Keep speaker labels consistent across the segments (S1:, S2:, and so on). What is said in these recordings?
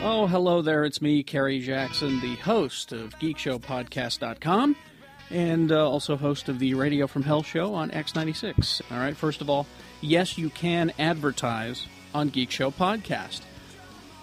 S1: Oh, hello there. It's me, Kerry Jackson, the host of GeekShowPodcast.com and uh, also host of the Radio from Hell show on X96. All right, first of all, yes, you can advertise on Geek Show Podcast.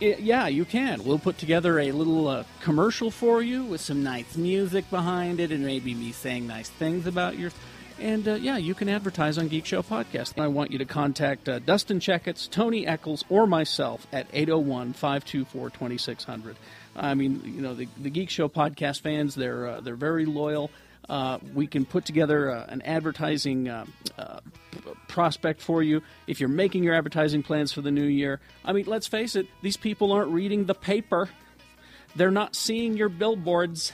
S1: I- yeah, you can. We'll put together a little uh, commercial for you with some nice music behind it and maybe me saying nice things about your. And uh, yeah, you can advertise on Geek Show Podcast. I want you to contact uh, Dustin Checkets, Tony Eccles, or myself at 801 524 2600. I mean, you know, the, the Geek Show Podcast fans, they're, uh, they're very loyal. Uh, we can put together uh, an advertising uh, uh, p- prospect for you if you're making your advertising plans for the new year. I mean, let's face it, these people aren't reading the paper, they're not seeing your billboards.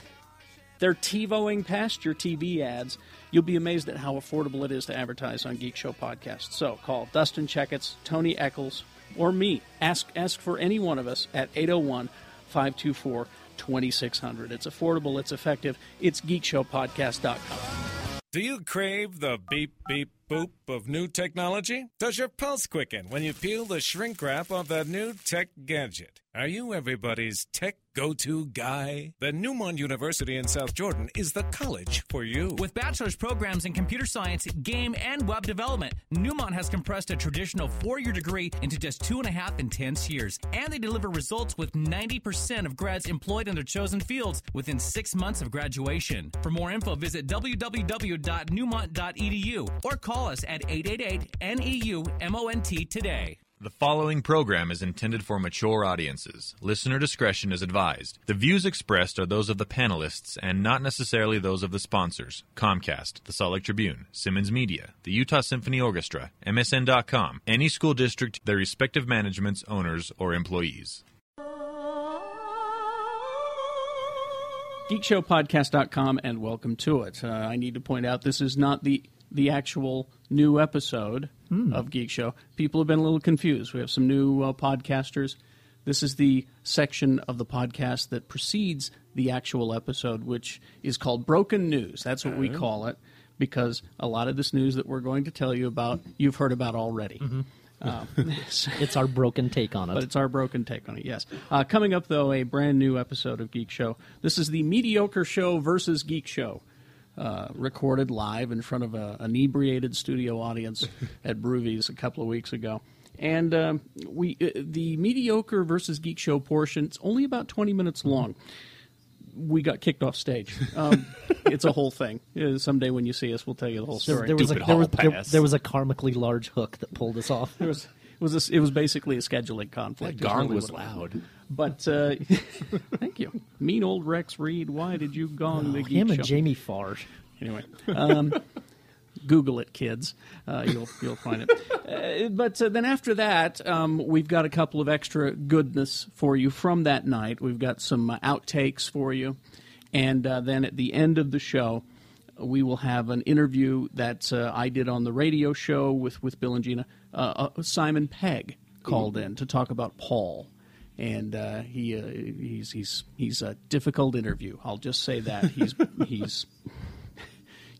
S1: They're TiVoing past your TV ads. You'll be amazed at how affordable it is to advertise on Geek Show Podcast. So call Dustin Checkets, Tony Eccles, or me. Ask ask for any one of us at 801 524 2600. It's affordable, it's effective, it's geekshowpodcast.com.
S2: Do you crave the beep, beep, boop of new technology? Does your pulse quicken when you peel the shrink wrap off that new tech gadget? Are you everybody's tech go to guy? The Newmont University in South Jordan is the college for you.
S3: With bachelor's programs in computer science, game, and web development, Newmont has compressed a traditional four year degree into just two and a half intense years. And they deliver results with 90% of grads employed in their chosen fields within six months of graduation. For more info, visit www.newmont.edu E or call us at 888 NEU MONT today.
S4: The following program is intended for mature audiences. Listener discretion is advised. The views expressed are those of the panelists and not necessarily those of the sponsors Comcast, the Salt Lake Tribune, Simmons Media, the Utah Symphony Orchestra, MSN.com, any school district, their respective managements, owners, or employees.
S1: geekshowpodcast.com and welcome to it. Uh, I need to point out this is not the the actual new episode of Geek Show. People have been a little confused. We have some new uh, podcasters. This is the section of the podcast that precedes the actual episode, which is called Broken News. That's what we call it because a lot of this news that we're going to tell you about, you've heard about already. Uh, so-
S5: It's our broken take on
S1: but
S5: it.
S1: it's our broken take on it. Yes. Uh, coming up, though, a brand new episode of Geek Show. This is the mediocre show versus Geek Show, uh, recorded live in front of a, an inebriated studio audience at Broovies a couple of weeks ago. And um, we, uh, the mediocre versus Geek Show portion, it's only about twenty minutes
S5: Mm-hmm.
S1: long we got kicked off stage. Um, it's a whole thing. Uh, someday when you see us, we'll tell you the whole
S5: There,
S1: story.
S5: there was a,
S6: Stupid
S5: there, was,
S6: hall
S5: there-
S6: pass.
S5: there was a karmically large hook that pulled us off.
S1: It was it was a, it was basically a scheduling conflict. is
S6: Gong
S1: really
S6: was
S1: what it
S6: loud.
S1: But uh, thank you, mean old Rex Reed. Why did you gong the geek
S5: Him and
S1: show?
S5: Jamie Farr.
S1: Anyway, um, Google it, kids. Uh, you'll you'll find it. Uh, but uh, then after that, um, we've got a couple of extra goodness for you from that night. We've got some uh, outtakes for you, and uh, then at the end of the show. We will have an interview that uh, I did on the radio show with, with Bill and Gina. Uh, uh, Simon Pegg called in to talk about Paul and uh, he uh, he's he's he's a difficult interview. I'll just say that he's he's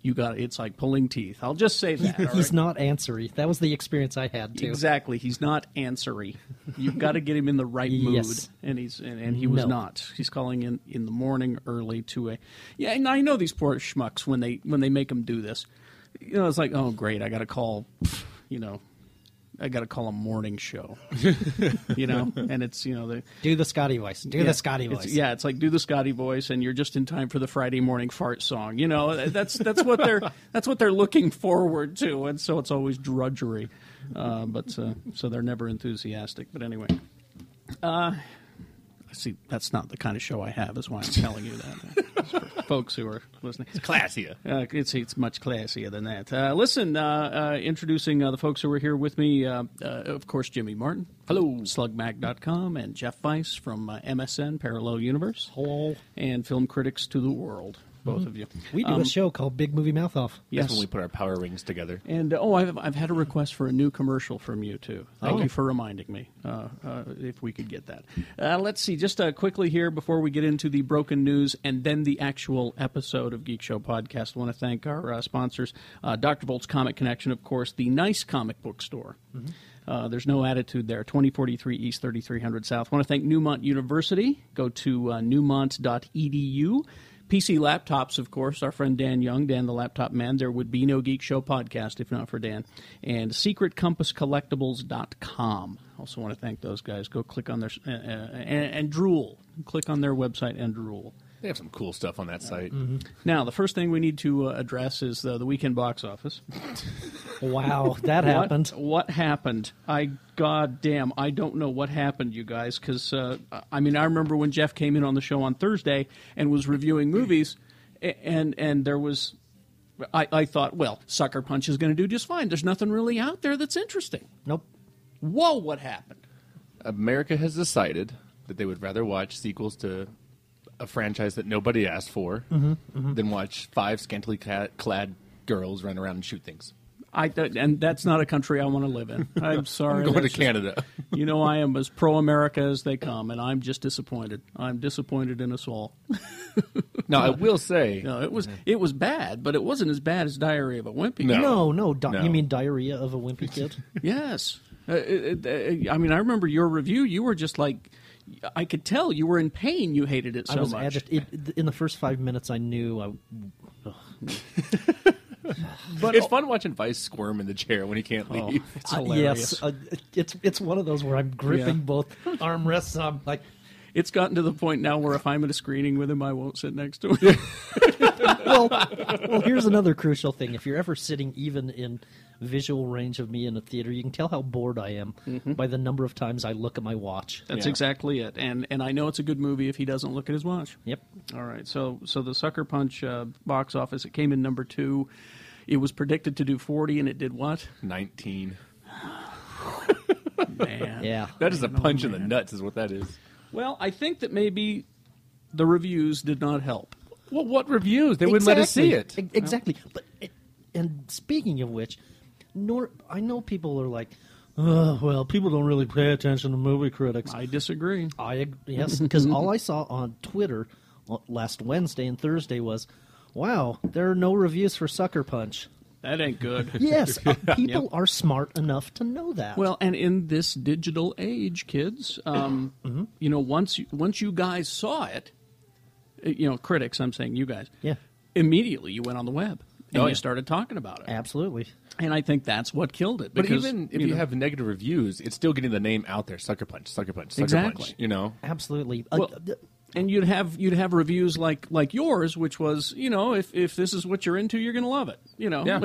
S1: you got it's like pulling teeth. I'll just say that. all
S5: He's
S1: right?
S5: not answery. That was the experience I had too.
S1: exactly he's not answery. You've got to get him in the right mood,
S5: Yes.
S1: and he's and, and he was
S5: No.
S1: not. He's calling in in the morning early to a yeah. And I know these poor schmucks when they when they make them do this. You know, it's like oh great, I got to call. You know. I got to call a morning show, you know, and it's you know the
S5: Do the Scotty voice. Do
S1: Yeah.
S5: the Scotty
S1: It's-
S5: voice.
S1: yeah, it's like do the Scotty voice, and you're just in time for the Friday morning fart song. You know, that's that's what they're that's what they're looking forward to, and so it's always drudgery. Uh, but uh, so they're never enthusiastic. But anyway, uh, see, that's not the kind of show I have. Is why I'm telling you that, It's for folks who are listening.
S6: Classier.
S1: Uh, it's it's much classier than that. Uh, listen, uh, uh, introducing uh, the folks who were here with me, uh, uh, of course, Jimmy Martin. Hello. Slugmag.com and Jeff Weiss from uh, MSN Parallel Universe.
S5: Hello. Mm-hmm.
S1: And Film Critics to the World, both of you. Um,
S5: We do a show called Big Movie Mouth Off.
S1: Yes.
S6: That's when we put our power rings together.
S1: And uh, oh, I've, I've had a request for a new commercial from you too. Thank you for reminding me. Uh, uh, if we could get that, uh, let's see. Just uh, quickly here before we get into the broken news and then the actual episode of Geek Show podcast. I want to thank our uh, sponsors, uh, Doctor Volt's Comic Connection, of course, the Nice Comic Book Store. Uh, there's no attitude there. 2043 East, 3300 South. want to thank Newmont University. Go to uh, newmont.edu. PC laptops, of course, our friend Dan Young, Dan the Laptop Man. There would be no Geek Show podcast if not for Dan. And secretcompasscollectibles.com. Also want to thank those guys. Go click on their, uh, uh, and, and drool. Click on their website and drool.
S6: They have some cool stuff on that site.
S1: Now, the first thing we need to uh, address is uh, the weekend box office.
S5: Wow, that happened.
S1: What, what happened? I goddamn, I don't know what happened, you guys. Because uh, I mean, I remember when Jeff came in on the show on Thursday and was reviewing movies, a- and and there was, I, I thought, well, Sucker Punch is going to do just fine. There's nothing really out there that's interesting.
S5: Nope.
S1: Whoa, what happened?
S6: America has decided that they would rather watch sequels to a franchise that nobody asked for than watch five scantily cla- clad girls run around and shoot things.
S1: I th- and that's not a country I want to live in. I'm sorry.
S6: Going to
S1: that's just-
S6: Canada.
S1: you know, I am as pro America as they come, and I'm just disappointed. I'm disappointed in us all.
S6: now, I will say,
S1: No, it was it was bad, but it wasn't as bad as Diary of a Wimpy.
S6: No.
S5: No, no. Di-
S6: No.
S5: You mean diarrhea of a wimpy kid?
S1: Yes. Uh, it- it- uh, I mean, I remember your review. You were just like, I could tell you were in pain. You hated it so
S5: I was
S1: much.
S5: agit- it, in the first five minutes. I knew I
S6: it's fun watching Vice squirm in the chair when he can't leave.
S1: It's
S5: Uh,
S1: hilarious.
S5: yes, uh, it's it's one of those where I'm gripping
S1: Yeah.
S5: both armrests. And I'm like,
S1: It's gotten to the point now where if I'm at a screening with him, I won't sit next to him.
S5: well, well, here's another crucial thing. If you're ever sitting even in visual range of me in a theater, you can tell how bored I am by the number of times I look at my watch.
S1: Mm-hmm. That's
S6: Yeah.
S1: exactly it. And and I know it's a good movie if he doesn't look at his watch.
S5: Yep.
S1: All right. So so the Sucker Punch uh, box office it came in number two. It was predicted to do forty, and it did what?
S6: 19.
S1: Man. oh,
S5: Yeah.
S6: That is a punch in the nuts, is what that is.
S1: Well, I think that maybe the reviews did not help.
S6: Well, what reviews? They wouldn't let us see it.
S5: Exactly. E- Exactly. But it, and speaking of which, nor I know people are like, oh, well, people don't really pay attention to movie critics.
S1: I disagree.
S5: I ag- yes, because all I saw on Twitter l- last Wednesday and Thursday was, "Wow, there are no reviews for Sucker Punch."
S1: That ain't good.
S5: Yes, uh, people are smart enough to know that.
S1: Well, and in this digital age, kids, um,
S5: Mm-hmm.
S1: you know, once you, once you guys saw it, uh, you know, critics, I'm saying you guys,
S5: Yeah.
S1: immediately you went on the web and
S6: Oh,
S1: you
S6: yeah.
S1: started talking about it.
S5: absolutely.
S1: And I think that's what killed it.
S6: But
S1: Because,
S6: even if
S1: you
S6: you,
S1: know,
S6: have negative reviews, it's still getting the name out there. Sucker punch, sucker punch, sucker
S1: Exactly.
S6: punch. You know,
S5: Absolutely.
S1: Well,
S5: uh, th-
S1: and you'd have you'd have reviews like like yours, which was you know if if this is what you're into, you're gonna love it. You know,
S6: yeah.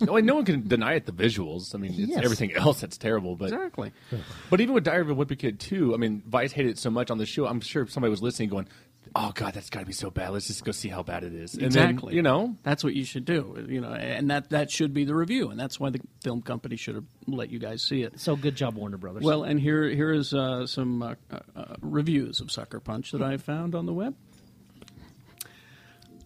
S6: no, Oh. and no one can deny it. The visuals. I mean, it's
S5: Yes.
S6: everything else that's terrible. But
S1: exactly.
S6: but even with Diary of a Wimpy Kid two, I mean, Vice hated it so much on the show. I'm sure somebody was listening, going, "Oh God, that's got to be so bad. Let's just go see how bad it is." And then,
S1: Exactly.
S6: you know,
S1: that's what you should do. You know, and that that should be the review, and that's why the film company should have let you guys see it.
S5: so good job, Warner Brothers.
S1: Well, and here here is uh, some uh, uh, uh, reviews of Sucker Punch that I found on the web.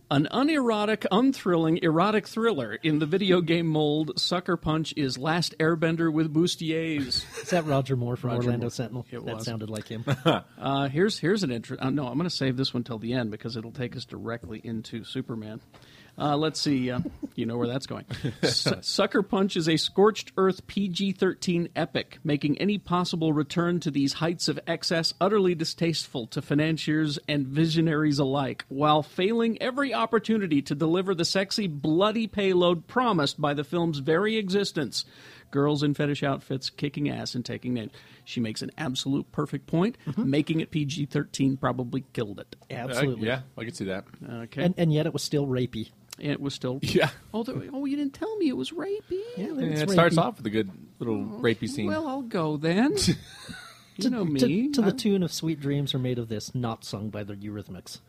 S1: An unerotic, unthrilling, erotic thriller in the video game mold, Sucker Punch is Last Airbender with bustiers.
S5: is that Roger Moore from
S1: Roger
S5: Orlando
S1: Moore.
S5: Sentinel?
S1: It
S5: that
S1: was.
S5: sounded like him.
S1: Uh, here's here's an interest. Uh, no, I'm going to save this one till the end because it'll take us directly into Superman. Uh, let's see. Uh, you know where that's going. Su- Sucker Punch is a scorched earth PG-13 epic, making any possible return to these heights of excess utterly distasteful to financiers and visionaries alike, while failing every opportunity to deliver the sexy, bloody payload promised by the film's very existence girls in fetish outfits kicking ass and taking names. She makes an absolute perfect point.
S5: Mm-hmm.
S1: Making it PG 13 probably killed it.
S5: Absolutely.
S6: I- yeah, I could see that.
S1: Okay.
S5: And and yet it was still rapey.
S1: it was still.
S6: Yeah.
S1: Oh, there- oh, you didn't tell me it was rapey.
S5: Yeah,
S6: And
S5: it's
S6: it starts
S5: rapey.
S6: off with a good little rapey scene.
S1: Well, I'll go then. you know me.
S5: To- to the
S1: I'm
S5: tune of "Sweet Dreams Are Made of This," not sung by the Eurythmics.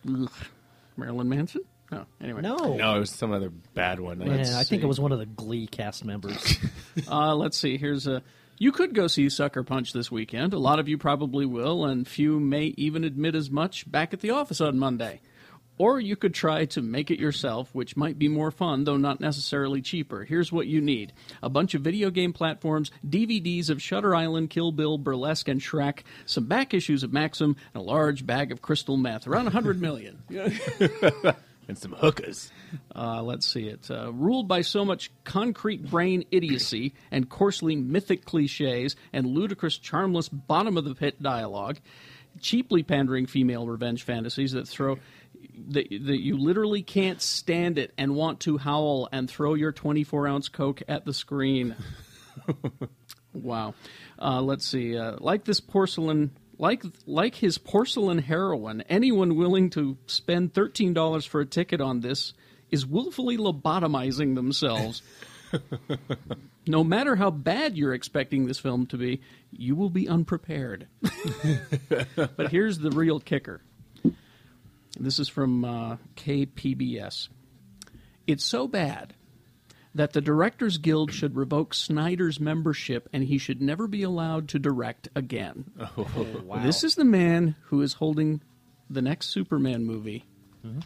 S1: Marilyn Manson? No. Anyway.
S6: no, it was some other bad one.
S5: Yeah, I think
S1: see.
S5: it was one of the Glee cast members.
S1: Uh, let's see. Here's a. You could go see Sucker Punch this weekend. A lot of you probably will, and few may even admit as much back at the office on Monday. Or you could try to make it yourself, which might be more fun, though not necessarily cheaper. Here's what you need a bunch of video game platforms, DVDs of Shutter Island, Kill Bill, Burlesque, and Shrek, some back issues of Maxim, and a large bag of crystal meth, around 100 million.
S6: and some hookers.
S1: Uh, let's see it. Uh, ruled by so much concrete brain idiocy and coarsely mythic cliches and ludicrous, charmless, bottom of the pit dialogue, cheaply pandering female revenge fantasies that throw. That, that you literally can't stand it and want to howl and throw your 24 ounce Coke at the screen. Wow. Uh, let's see. Uh, like this porcelain, like like his porcelain heroine, anyone willing to spend thirteen dollars for a ticket on this is willfully lobotomizing themselves. no matter how bad you're expecting this film to be, you will be unprepared. but here's the real kicker. This is from uh, KPBS. It's so bad that the Directors Guild should revoke Snyder's membership and he should never be allowed to direct again.
S6: Oh,
S5: wow.
S1: This is the man who is holding the next Superman movie.
S6: Mm-hmm.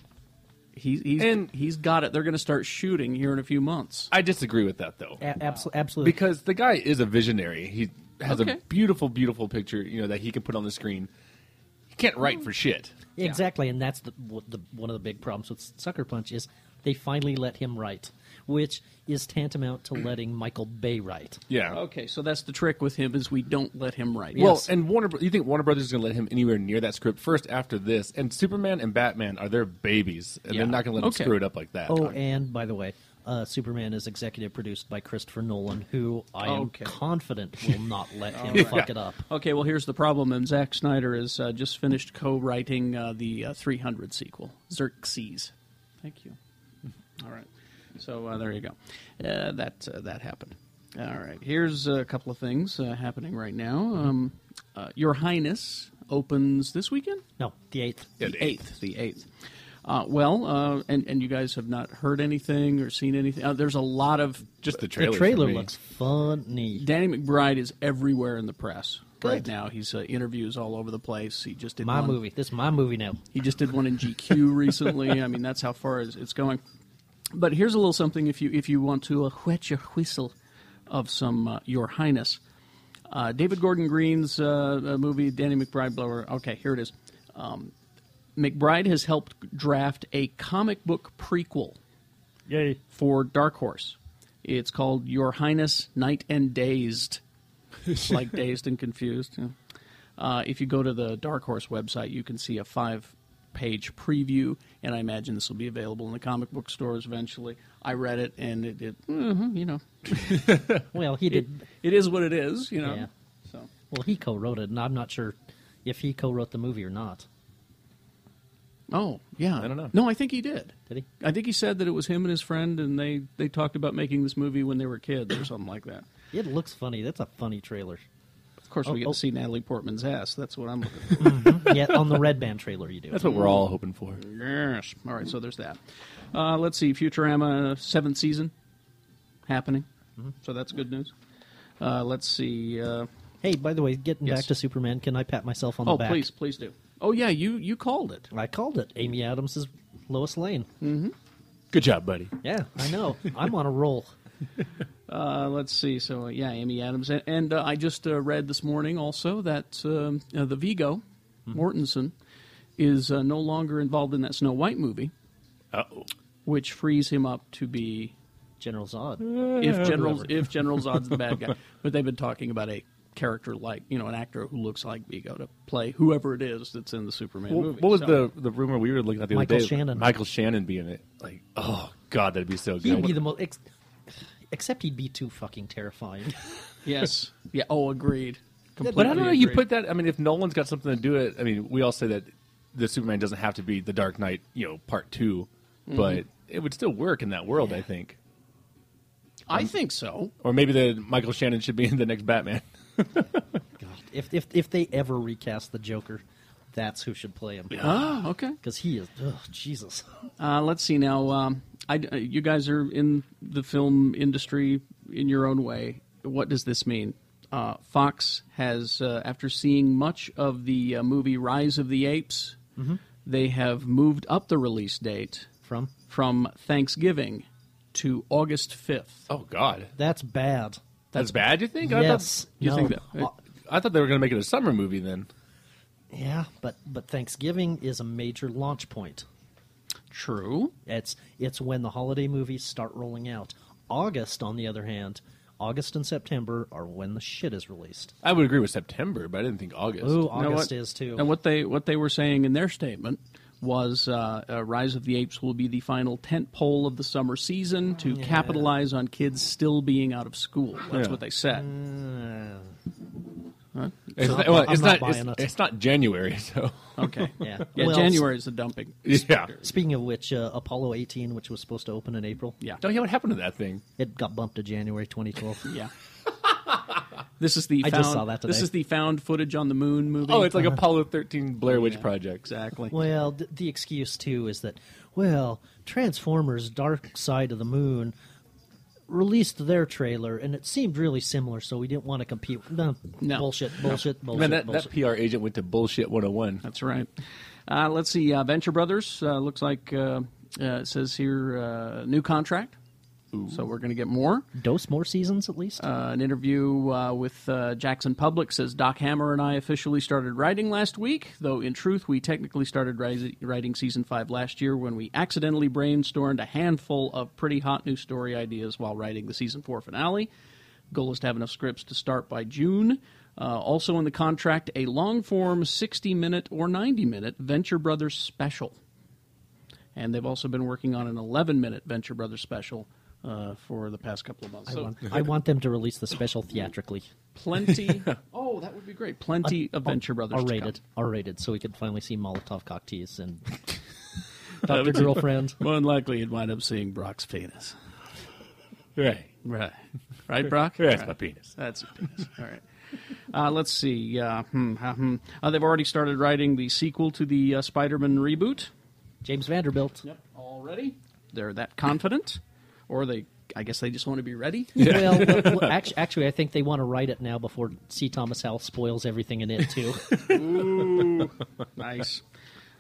S1: He's, he's,
S6: And-
S1: he's got it. They're going to start shooting here in a few months.
S6: I disagree with that though.
S5: A- abso- absolutely.
S6: because the guy is a visionary. He has a
S1: Okay.
S6: beautiful, beautiful picture, you know, that he can put on the screen. He can't write for shit.
S5: Exactly, and that's the, what the one of the big problems with Sucker Punch is they finally let him write, which is tantamount to letting Michael Bay write.
S6: Yeah.
S1: Okay, so that's the trick with him is we don't let him write.
S6: Well,
S5: Yes.
S6: and Warner, Bro- you think Warner Brothers is going to let him anywhere near that script first after this? And Superman and Batman are their babies, and
S1: Yeah.
S6: they're not going to let him
S1: Okay.
S6: screw it up like that.
S5: Oh, and by the way, uh, Superman is executive produced by Christopher Nolan, who I am
S1: Okay.
S5: confident will not let him fuck it up.
S1: Um, Okay, well, here's the problem. And Zack Snyder has uh, just finished co-writing uh, the uh, 300 sequel, Xerxes. Thank you. All right. So uh, there you go. Uh, that uh, that happened. All right. Here's a couple of things uh, happening right now. Um, uh, Your Highness opens this weekend.
S5: No, the eighth.
S1: the eighth. The eighth. Uh, well, uh, and and you guys have not heard anything or seen anything. Uh, there's a lot of
S6: just the trailer.
S5: The trailer looks funny.
S1: Danny McBride is everywhere in the press right
S5: Good.
S1: now. He's uh, interviews all over the place. He just did
S5: My
S1: one.
S5: movie. This is my movie now.
S1: He just did one in GQ recently. I mean, that's how far it's it's going. But here's a little something if you if you want to uh, whet your whistle of some uh, Your Highness. Uh, David Gordon Green's uh, uh, movie, Danny McBride Blower. Okay, here it is. Um, McBride has helped draft a comic book prequel
S5: Yay!
S1: for Dark Horse. It's called Your Highness Night and Dazed, like Dazed and Confused. yeah. Uh, if you go to the Dark Horse website, you can see a five page preview, and I imagine this will be available in the comic book stores eventually. I read it, and it, it mhm, you know,
S5: Well, he
S1: it,
S5: did.
S1: it is what it is, you know.
S5: Yeah.
S1: So.
S5: Well, he co-wrote it, and I'm not sure if he co-wrote the movie or not.
S1: Oh yeah, I
S6: don't know.
S1: No, I think he did.
S5: Did he?
S1: I think he said that it was him and his friend, and they they talked about making this movie when they were kids or something like that.
S5: It looks funny. That's a funny trailer.
S1: Of course,
S5: Oh,
S1: we get
S5: oh. Mm-hmm.
S1: to see Natalie Portman's ass. That's what I'm looking for.
S5: yeah, on the red band trailer you do. Mm-hmm.
S6: That's what we're all hoping for.
S1: Yes. All right, so there's that. Uh, let's see, Futurama seventh season happening,
S5: Mm-hmm.
S1: so that's good news. Uh, let's see. Uh,
S5: Hey, by the way, getting
S1: Yes.
S5: back to Superman, can I pat myself on
S1: oh,
S5: the back?
S1: please, please do. Oh yeah, you you called it.
S5: I called it. Amy Adams is Lois Lane.
S1: Mm-hmm.
S6: Good job, buddy.
S5: Yeah, I know. I'm on a roll.
S1: Uh, let's see. So uh, yeah, Amy Adams, and, and uh, I just uh, read this morning also that um, uh, the Vigo
S5: Hmm.
S1: Mortensen is uh, no longer involved in that Snow White movie,
S6: Uh oh.
S1: which frees him up to be
S5: General Zod. Uh,
S1: if General
S5: whoever.
S1: if General Zod's the bad guy. But they've been talking about a character like you know an actor who looks like Vigo to play whoever it is that's in the Superman
S6: What,
S1: movie.
S6: what was
S1: So-
S6: the the rumor we were looking at the
S5: Michael
S6: other day?
S5: Shannon.
S6: Michael Shannon being it. Like, oh god, that'd be so good.
S5: He'd be the most. Ex- except he'd be too fucking terrifying.
S1: yes? Yeah. Oh, agreed.
S6: but I don't know.
S1: Completely
S6: You
S1: agreed.
S6: put that. I mean, if Nolan's got something to do it, I mean, we all say that the Superman doesn't have to be the Dark Knight, you know, part 2 but it would still work in that world, I think.
S1: I think so.
S6: Or maybe the Michael Shannon should be in the next Batman.
S5: God, if if if they ever recast the Joker, that's who should play him.
S1: Oh, okay.
S5: Because he is. Oh, Jesus.
S1: Uh, let's see now. Um, I, uh, you guys are in the film industry in your own way. What does this mean? Uh, Fox has, uh, after seeing much of the uh, movie Rise of the Apes, they have moved up the release date
S5: Mm-hmm. From?
S1: from Thanksgiving to August fifth.
S6: Oh God,
S5: That's bad.
S6: that's bad. You think?
S5: Yes.
S6: I thought, you
S5: No.
S6: think that? I thought they were going to make it a summer movie then.
S5: Yeah, but but Thanksgiving is a major launch point.
S1: True.
S5: It's it's when the holiday movies start rolling out. August, on the other hand, August and September are when the shit is released.
S6: I would agree with September, but I didn't think August.
S5: Ooh,
S1: Now
S5: August
S1: what-
S5: is too.
S1: And what they what they were saying in their statement was uh, uh, Rise of the Apes will be the final tent pole of the summer season to capitalize on kids still being out of school. That's
S6: Yeah.
S1: what they said.
S6: it's
S5: Mm. I'm
S6: not,
S5: not-
S6: well,
S5: I'm
S6: it's
S5: not
S6: not, it's,
S5: buying it.
S6: it's not January, so
S1: Okay.
S5: Yeah.
S1: Yeah,
S5: Well,
S1: January is the dumping.
S6: yeah.
S5: s- Speaking of which, uh, Apollo 18, which was supposed to open in April,
S1: Yeah.
S6: Don't hear what happened to that thing.
S5: it got bumped to January 2012.
S1: Yeah. This is the
S5: I
S1: found,
S5: just saw that
S1: This
S5: today. Uh-huh.
S1: is the found footage on the moon movie. Uh-huh.
S6: Oh, it's like Apollo 13 Blair Witch Project.
S1: exactly.
S5: well, th- the excuse too is that, well, Transformers: Dark Side of the Moon released their trailer and it seemed really similar, so we didn't want to compete. No,
S1: No.
S5: bullshit, bullshit, bullshit,
S6: Man, that, that
S5: bullshit.
S6: PR agent went to bullshit 101.
S1: That's right. Uh, let's see. Uh, Venture Brothers uh, looks like uh, uh, it says here uh, new contract. So we're going to get more.
S5: Dose more seasons at least.
S1: Uh, an interview uh, with uh, Jackson Public says Doc Hammer and I officially started writing last week, though in truth, we technically started ri- writing season five last year when we accidentally brainstormed a handful of pretty hot new story ideas while writing the season four finale. Goal is to have enough scripts to start by June. Uh, also in the contract, a long form 60 minute or 90 minute Venture Brothers special. And they've also been working on an 11 minute Venture Brothers special uh, for the past couple of months.
S5: I,
S1: So-
S5: want, I want them to release the special theatrically.
S1: plenty. oh, that would be great. Plenty of Venture Brothers.
S5: R
S1: to
S5: rated,
S1: come.
S5: R rated, so we could finally see Molotov cocktails and Doctor Girlfriend.
S1: More than likely, you'd wind up seeing Brock's penis.
S6: Right.
S1: Right. Right, Brock?
S6: Yeah, it's
S1: Right.
S6: my penis.
S1: That's your penis. All right. Uh, let's see. Uh, hmm, ha, hmm. Uh, they've already started writing the sequel to the uh, Spider Man reboot.
S5: James Vanderbilt.
S1: Yep, already. They're that confident? Or they, I guess they just want to be ready?
S5: Well, well, well, actually, actually, I think they want to write it now before C. Thomas Howell spoils everything in it too.
S1: Nice.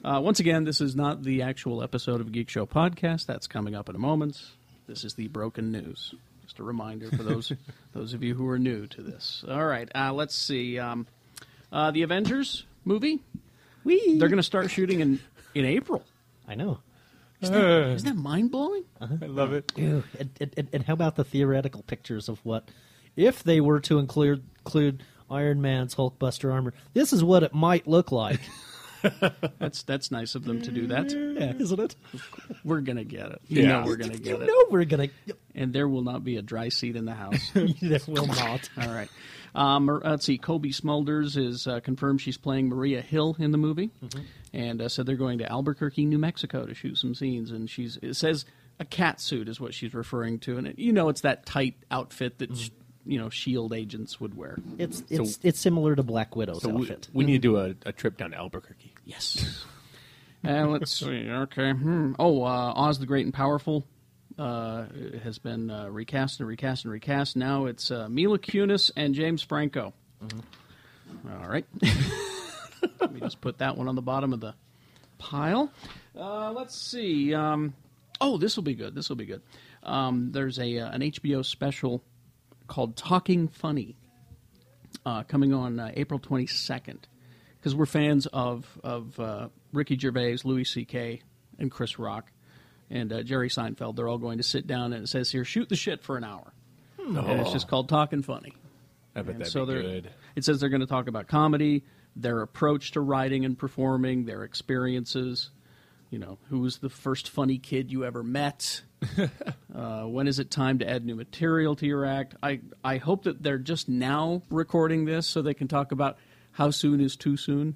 S1: Uh, once again, this is not the actual episode of Geek Show Podcast. That's coming up in a moment. This is the broken news. Just a reminder for those those of you who are new to this. All right, uh, let's see. Um, uh, the Avengers movie.
S5: Whee!
S1: They're going to start shooting in in April.
S5: I know. Uh. Uh-huh.
S1: Isn't that mind blowing?
S6: I love it.
S5: Ew. And, and- and, and how about the theoretical pictures of what if they were to include include Iron Man's Hulkbuster armor? This is what it might look like,
S1: That's that's nice of them to do that.
S5: yeah, isn't it?
S1: We're going to get it. You
S6: Yeah.
S1: know we're going to
S5: You
S1: get it.
S5: know we're gonna.
S1: And there will not be a dry seat in the house.
S5: There will not.
S1: All right. Um, uh, let's see. Kobe Smulders is uh, confirmed she's playing Maria Hill in the movie, and uh, said they're going to Albuquerque, New Mexico, to shoot some scenes. And she's it says a cat suit is what she's referring to, and it, you know it's that tight outfit that sh- you know Shield E agents would wear.
S5: Mm-hmm. It's it's it's similar to Black Widow's
S6: So we,
S5: outfit.
S6: we need to do a, a trip down to Albuquerque.
S1: Yes. And let's see. Okay. Hmm. Oh, uh, Oz the Great and Powerful uh, has been uh, recast and recast and recast. Now it's uh, Mila Kunis and James Franco. All right. Let me just put that one on the bottom of the pile. Uh, let's see. Um, oh, this will be good. This will be good. Um, there's a uh, an HBO special called Talking Funny uh, coming on uh, April 22nd because we're fans of of uh, Ricky Gervais, Louis C.K., and Chris Rock, and uh, Jerry Seinfeld. They're all going to sit down and it says here, shoot the shit for an hour, and it's just called Talking Funny.
S6: I bet
S1: And
S6: that'd
S1: so
S6: be
S1: they're,
S6: good.
S1: it says they're going to talk about comedy, their approach to writing and performing, their experiences. You know, who was the first funny kid you ever met? uh, when is it time to add new material to your act? I I hope that they're just now recording this so they can talk about how soon is too soon.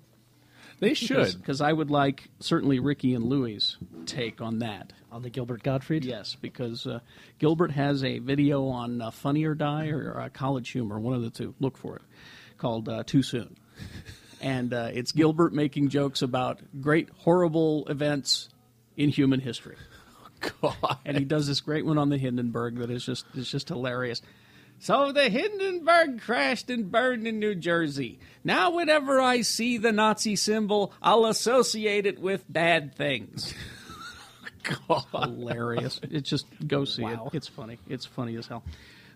S6: They should.
S1: Because I would like certainly Ricky and Louie's take on that.
S5: on the Gilbert Gottfried.
S1: Yes, because uh, Gilbert has a video on uh, Funny or Die or uh, College Humor, one of the two. Look for it, called uh, Too Soon. And uh, it's Gilbert making jokes about great, horrible events in human history.
S6: God.
S1: And he does this great one on the Hindenburg that is just is just hilarious. So the Hindenburg crashed and burned in New Jersey. Now, whenever I see the Nazi symbol, I'll associate it with bad things hilarious. It just go see
S5: Wow.
S1: it. It's funny. It's funny as hell.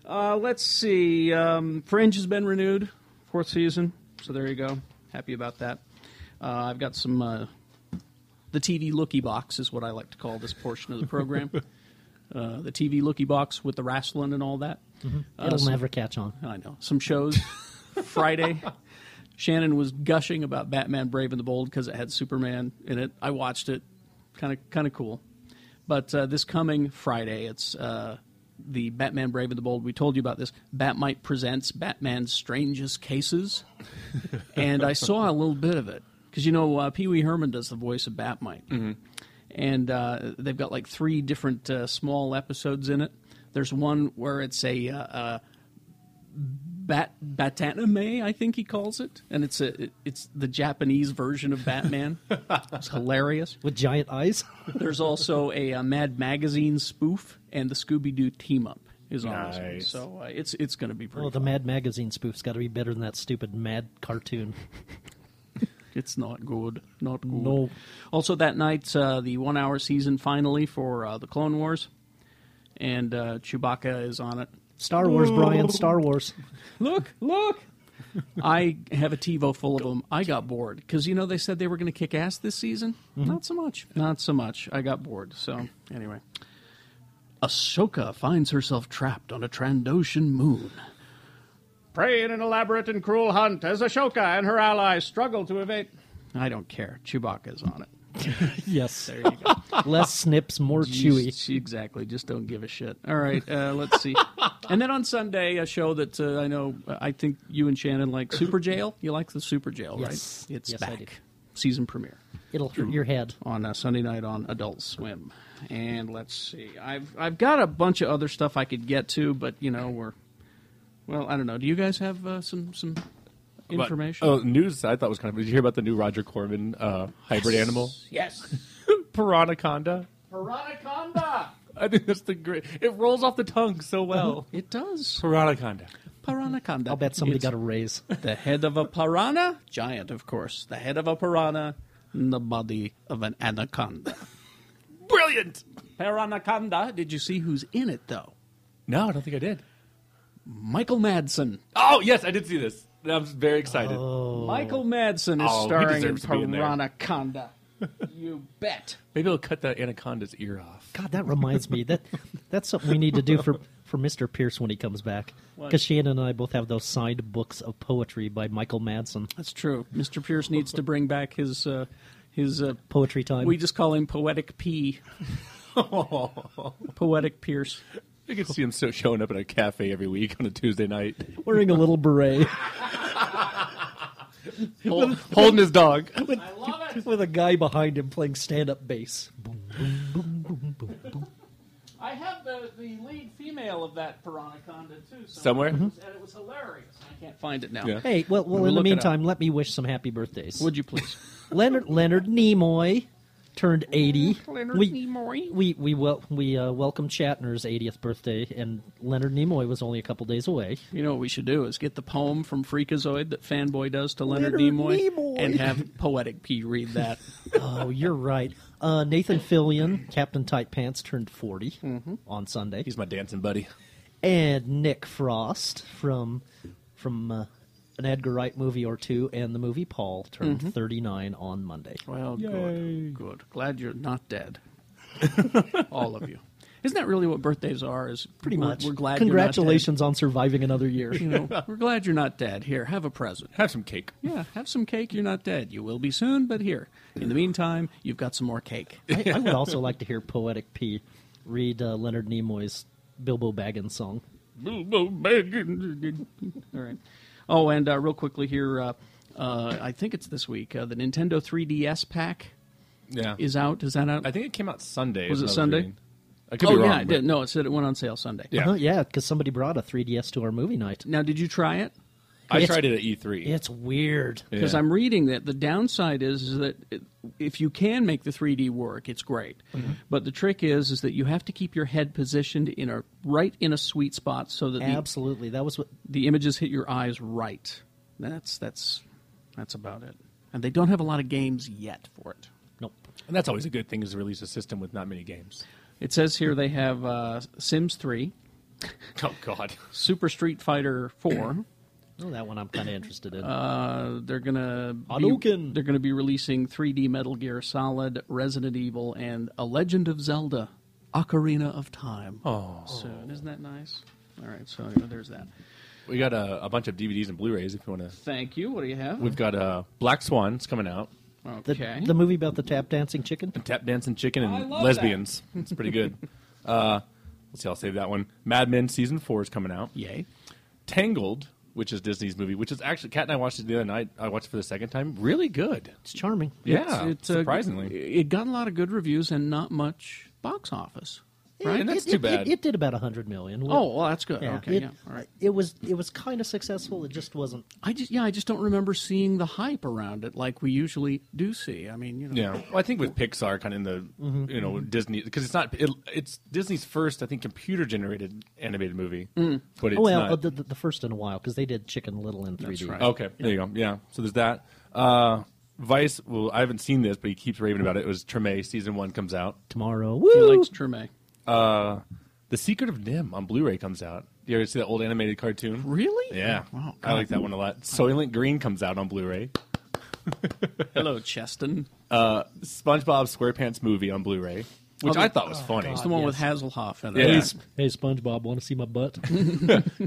S1: Uh, let's see. Um, Fringe has been renewed, fourth season. So there you go. Happy about that. Uh, I've got some uh, The TV lookie box is what I like to call this portion of the program. uh, the TV lookie box with the wrestling and all that. Uh,
S5: It'll
S1: so-
S5: never catch on.
S1: I know. Some shows. Friday, Shannon was gushing about Batman Brave and the Bold because it had Superman in it. I watched it. Kind of kind of cool. But uh, this coming Friday, it's uh, the Batman Brave and the Bold. We told you about this. Batmite presents Batman's Strangest Cases. and I saw a little bit of it. Because, you know, uh, Pee Wee Herman does the voice of Batmite. And uh, they've got like three different uh, small episodes in it. There's one where it's a uh, uh, Bat Batanime, I think he calls it, and it's a it- it's the Japanese version of Batman. it's hilarious.
S5: With giant eyes?
S1: There's also a, uh Mad Magazine spoof and the Scooby Doo team up is on this one.
S6: Nice.
S1: So uh, it's it's going to be pretty.
S5: well, the
S1: fun.
S5: Mad Magazine spoof's got to be better than that stupid Mad cartoon.
S1: It's not good, not good.
S5: No.
S1: Also that night, uh, the one hour season finally for uh, the Clone Wars, and uh, Chewbacca is on it.
S5: Star Wars, Brian. Star Wars.
S1: Look, look. I have a TiVo full of them. I got bored because you know they said they were going to kick ass this season.
S5: Mm-hmm.
S1: Not so much. Not so much. I got bored. So anyway, Ahsoka finds herself trapped on a Trandoshan moon. Prey in an elaborate and cruel hunt as Ashoka and her allies struggle to evade. I don't care. Chewbacca's on it.
S5: Yes.
S1: There you go.
S5: Less snips, more
S1: You-
S5: chewy.
S1: she- exactly. Just don't give a shit. All right. Uh, let's see. and then on Sunday, a show that uh, I know, uh, I think you and Shannon like Super Jail. You like the Super Jail,
S5: Yes.
S1: right? It's
S5: Yes, I
S1: back.
S5: do.
S1: Season premiere
S5: It'll hurt your head.
S1: on uh, Sunday night on Adult Swim. And let's see. I've I've got a bunch of other stuff I could get to, but you know we're. Well, I don't know. Do you guys have uh, some some
S6: But-
S1: information?
S6: oh, news I thought was kind of. Did you hear about the new Roger Corman uh, hybrid animal?
S1: yes.
S6: Piranaconda.
S1: Piranaconda.
S6: I think that's the great. It rolls off the tongue so well.
S1: Uh-huh. It does.
S6: Piranaconda.
S1: Piranaconda.
S5: I'll bet somebody
S1: It's-
S5: got a raise.
S1: The head of a piranha, giant, of course. The head of a piranha, and the body of an anaconda.
S6: Brilliant.
S1: Piranaconda. Did you see who's in it though?
S6: No, I don't think I did.
S1: Michael Madsen.
S6: Oh yes, I did see this. I'm very excited.
S1: Michael Madsen is
S6: Oh, he
S1: starring in
S6: deserves to be in there.
S1: Piranaconda. you bet.
S6: Maybe I'll cut that anaconda's ear off.
S5: God, that reminds me that that's something we need to do for for Mr. Pierce when he comes back.
S1: What?
S5: Because Shannon and I both have those signed books of poetry by Michael Madsen.
S1: That's true. Mr. Pierce needs to bring back his uh, his uh,
S5: Poetry time.
S1: we just call him Poetic P. Poetic Pierce.
S6: I could see him so showing up at a cafe every week on a Tuesday night,
S5: wearing a little beret
S6: Hol- holding his dog.
S5: with a guy behind him playing stand up bass.
S1: I have the, the lead female of that Piranaconda too
S6: Somewhere? Mhm.
S5: Mm-hmm.
S1: and it was hilarious. I can't find it now.
S6: Yeah.
S5: Hey, well, well
S6: We'll
S5: in the
S6: look it up.
S5: meantime, let me wish some happy birthdays.
S1: Would you please?
S5: Leonard Leonard Nimoy turned 80.
S1: Leonard
S5: we,
S1: Nimoy.
S5: We we wel- we uh, welcomed Shatner's 80th birthday and Leonard Nimoy was only a couple days away.
S1: You know what we should do is get the poem from Freakazoid that Fanboy does to Leonard,
S5: Leonard
S1: Nimoy,
S5: Nimoy.
S1: and have Poetic P read that.
S5: Oh, you're right. Uh, Nathan Fillion, Captain Tight Pants, turned 40
S1: Mm-hmm.
S5: on Sunday.
S6: He's my dancing buddy.
S5: And Nick Frost from from uh, an Edgar Wright movie or two and the movie Paul turned 39 on Monday.
S1: Mm-hmm. Well, good. Good. Glad you're not dead. All of you. Isn't that really what birthdays are? Is
S5: Pretty
S1: we're-
S5: much.
S1: We're, glad.
S5: Congratulations on surviving another year.
S1: You're not dead. You know, we're glad you're not dead. Here, have a present.
S6: Have some cake.
S1: Yeah, have some cake. You're not dead. You will be soon, but here. In the meantime, you've got some more cake.
S5: I, I would also like to hear Poetic P read uh, Leonard Nimoy's Bilbo Baggins song.
S1: All right. Oh, and uh, real quickly here, uh, uh, I think it's this week. Uh, the Nintendo 3DS pack
S6: Yeah.
S1: is out. Is that out?
S6: I think it came out Sunday.
S1: Was
S6: is
S1: it
S6: what I
S1: Sunday?
S6: reading. I could
S1: oh
S6: be wrong.
S1: yeah,
S6: but-
S1: it did. No, it said it went on sale Sunday.
S6: Yeah.
S5: Uh-huh, yeah, because somebody brought a 3DS to our movie night.
S1: Now, did you try it?
S6: I
S5: It's-
S6: tried it at E3.
S5: It's weird.
S1: Because
S6: Yeah.
S1: I'm reading that the downside is, is that it- if you can make the 3D work, it's great.
S5: Mm-hmm.
S1: But the trick is is that you have to keep your head positioned in a right in a sweet spot so that the,
S5: Absolutely. That was what
S1: the images hit your eyes right. That's that's that's about it. And they don't have a lot of games yet for it.
S5: Nope.
S6: And that's always a good thing is to release a system with not many games.
S1: It says here they have uh, Sims 3,
S6: Oh God.
S1: Super Street Fighter 4,
S5: Oh, that one I'm kind of interested in.
S1: Uh, They're gonna be-
S5: Hadouken.
S1: they're gonna be releasing 3D Metal Gear Solid, Resident Evil, and A Legend of Zelda: Ocarina of Time. Oh, soon isn't that nice? All right, so anyway, there's that.
S6: We got a, a bunch of DVDs and Blu-rays if you want to.
S1: Thank you. What do you have?
S6: We've got uh, Black Swan. It's coming out.
S5: the,
S1: okay.
S5: the movie about the tap dancing chicken.
S6: Tap dancing chicken
S1: I
S6: and
S1: love
S6: lesbians. It's pretty good. uh, let's see. I'll save that one. Mad Men season four is coming out.
S1: Yay.
S6: Tangled, which is Disney's movie, which is actually Kat and I watched it the other night. I watched it for the second time. Really good.
S5: It's charming.
S6: Yeah,
S1: uh,
S6: surprisingly.
S1: it got a lot of good reviews and not much box office. Right.
S6: And that's
S5: it,
S6: too
S5: it-
S6: bad.
S5: It, it did about a hundred million.
S1: Oh, well, that's good.
S5: yeah.
S1: Okay,
S5: it,
S1: yeah. All right.
S5: It was it was kind of successful. It just wasn't.
S1: I just yeah, I just don't remember seeing the hype around it like we usually do see. I mean, you know.
S6: Yeah, well, I think with Pixar, kind of in the
S5: Mm-hmm.
S6: you know Disney because it's not it, it's Disney's first I think computer generated animated movie,
S1: Mm.
S6: but it's
S5: oh well,
S6: not.
S5: uh, the, the, the first in a while because they did Chicken Little in 3D.
S1: right.
S6: okay, there you go. Yeah, so there's that. Uh, Vice, well, I haven't seen this, but he keeps raving about it. It was Treme season one comes out.
S5: Tomorrow,
S1: He
S5: woo!
S1: likes Treme.
S6: Uh, The Secret of Nim on Blu-ray comes out. Do you ever see that old animated cartoon?
S1: Really?
S6: Yeah,
S1: Wow.
S6: I like that one a lot. Soylent Green comes out on Blu-ray. Uh,
S1: Hello, Cheston.
S6: SpongeBob SquarePants movie on Blu-ray, which I thought was funny.
S1: It's Oh, the one with Hasselhoff in it.
S6: Yeah.
S5: Uh, Hey, SpongeBob, want to see my butt?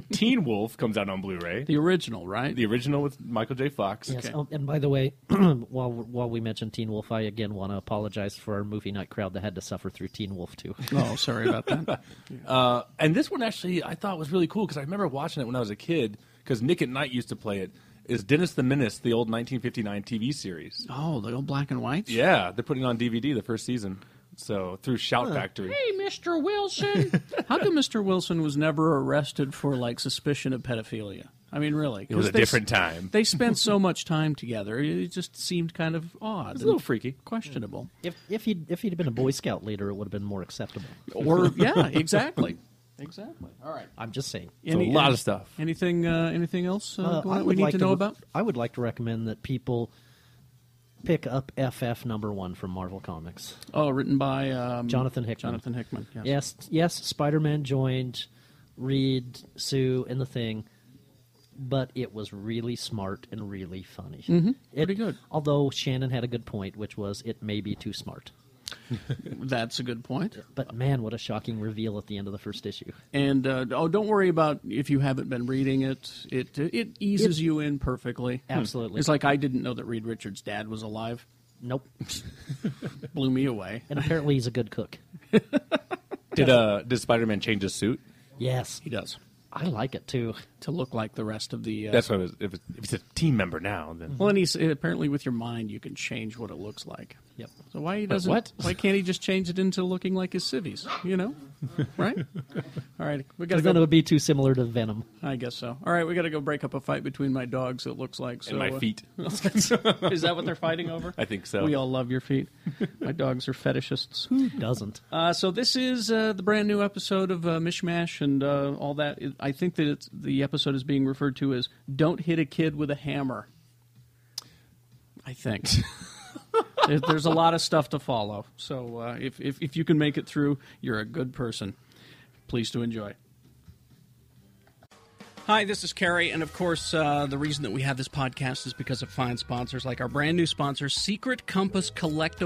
S6: Teen Wolf comes out on Blu-ray.
S1: The original, right?
S6: The original with Michael J. Fox.
S5: Yes. Oh, and by the way, while while we mentioned Teen Wolf, I again want to apologize for our movie night crowd that had to suffer through Teen Wolf too.
S1: oh, sorry about that.
S6: Uh, And this one actually I thought was really cool because I remember watching it when I was a kid because Nick at Night used to play it. Is Dennis the Menace, the old 1959 TV series?
S1: Oh, the old black and whites?
S6: Yeah, they're putting it on DVD the first season. So through Shout Factory.
S1: Hey, Mr. Wilson. How come Mr. Wilson was never arrested for like suspicion of pedophilia? I mean, really?
S6: It was a different time.
S1: They spent so much time together. It just seemed kind of odd.
S6: It's a little
S1: and
S6: freaky.
S1: questionable.
S5: if if he if he'd have been a Boy Scout leader, it would have been more acceptable.
S1: Or yeah, exactly. Exactly. All right. uh,
S5: I'm just saying.
S6: So a lot of stuff.
S1: Anything? Uh, anything else uh,
S5: Uh,
S1: Glenn,
S5: I
S1: that we
S5: would
S1: need
S5: like
S1: to know
S5: re-
S1: about?
S5: I would like to recommend that people pick up FF number one from Marvel Comics.
S1: Oh, written by um,
S5: Jonathan Hickman.
S1: Jonathan Hickman. Yes.
S5: Yes, yes, Spider Man joined Reed, Sue, and the Thing, but it was really smart and really funny.
S1: Mm-hmm. Pretty good.
S5: Although Shannon had a good point, which was it may be too smart.
S1: That's a good point.
S5: But man, what a shocking reveal at the end of the first issue.
S1: And uh, oh, don't worry about if you haven't been reading it. It it eases you in perfectly.
S5: Absolutely.
S1: It's like I didn't know that Reed Richards' dad was alive.
S5: Nope.
S1: Blew me away.
S5: and apparently he's a good cook.
S6: Did uh did Spider Man change his suit?
S5: Yes,
S1: He does
S5: I like it too.
S1: to look like the rest of the. Uh,
S6: That's what it was. If, it's, if it's a team member now, then
S1: well, and he's apparently with your mind you can change what it looks like.
S5: Yep.
S1: So why he doesn't?
S6: what?
S1: Why can't he just change it into looking like his civvies? You know, right? All right, we got
S5: Because
S1: to
S5: then it
S1: go.
S5: would be too similar to Venom.
S1: I guess so. All right, we got to go break up a fight between my dogs. It looks like so.
S6: and my
S1: uh,
S6: feet.
S1: Is that what they're fighting over?
S6: I think so.
S1: We all love your feet. My dogs are fetishists.
S5: Who doesn't?
S1: Uh, so this is uh, the brand new episode of uh, Mishmash and uh, all that. It- I think that it's, the episode is being referred to as "Don't Hit a Kid with a Hammer." I think There- there's a lot of stuff to follow. So uh, if, if if you can make it through, you're a good person. Please to enjoy. Hi, this is Carrie, and of course, uh, the reason that we have this podcast is because of fine sponsors like our brand new sponsor,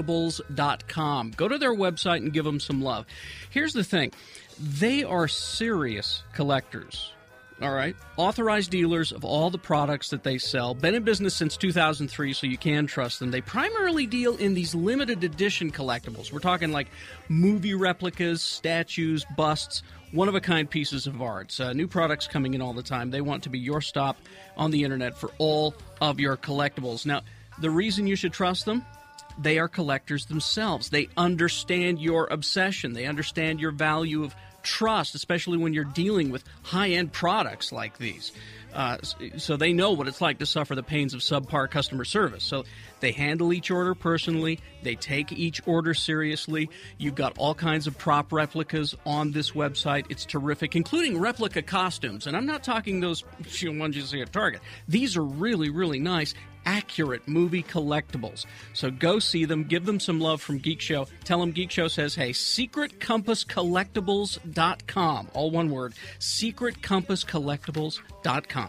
S1: SecretCompassCollectibles.com. Go to their website and give them some love. Here's the thing they are serious collectors. All right. Authorized dealers of all the products that they sell. Been in business since 2003, so you can trust them. They primarily deal in these limited edition collectibles. We're talking like movie replicas, statues, busts, one of a kind pieces of art. Uh, new products coming in all the time. They want to be your stop on the internet for all of your collectibles. Now, the reason you should trust them they are collectors themselves. They understand your obsession. They understand your value of trust, especially when you're dealing with high end products like these. Uh, s- so they know what it's like to suffer the pains of subpar customer service. So they handle each order personally, they take each order seriously. You've got all kinds of prop replicas on this website. It's terrific, including replica costumes. And I'm not talking those ones you see at Target, these are really, really nice accurate movie collectibles. So go see them, give them some love from Geek Show. Tell them Geek Show says, hey, secretcompasscollectibles.com. All one word, secretcompasscollectibles.com.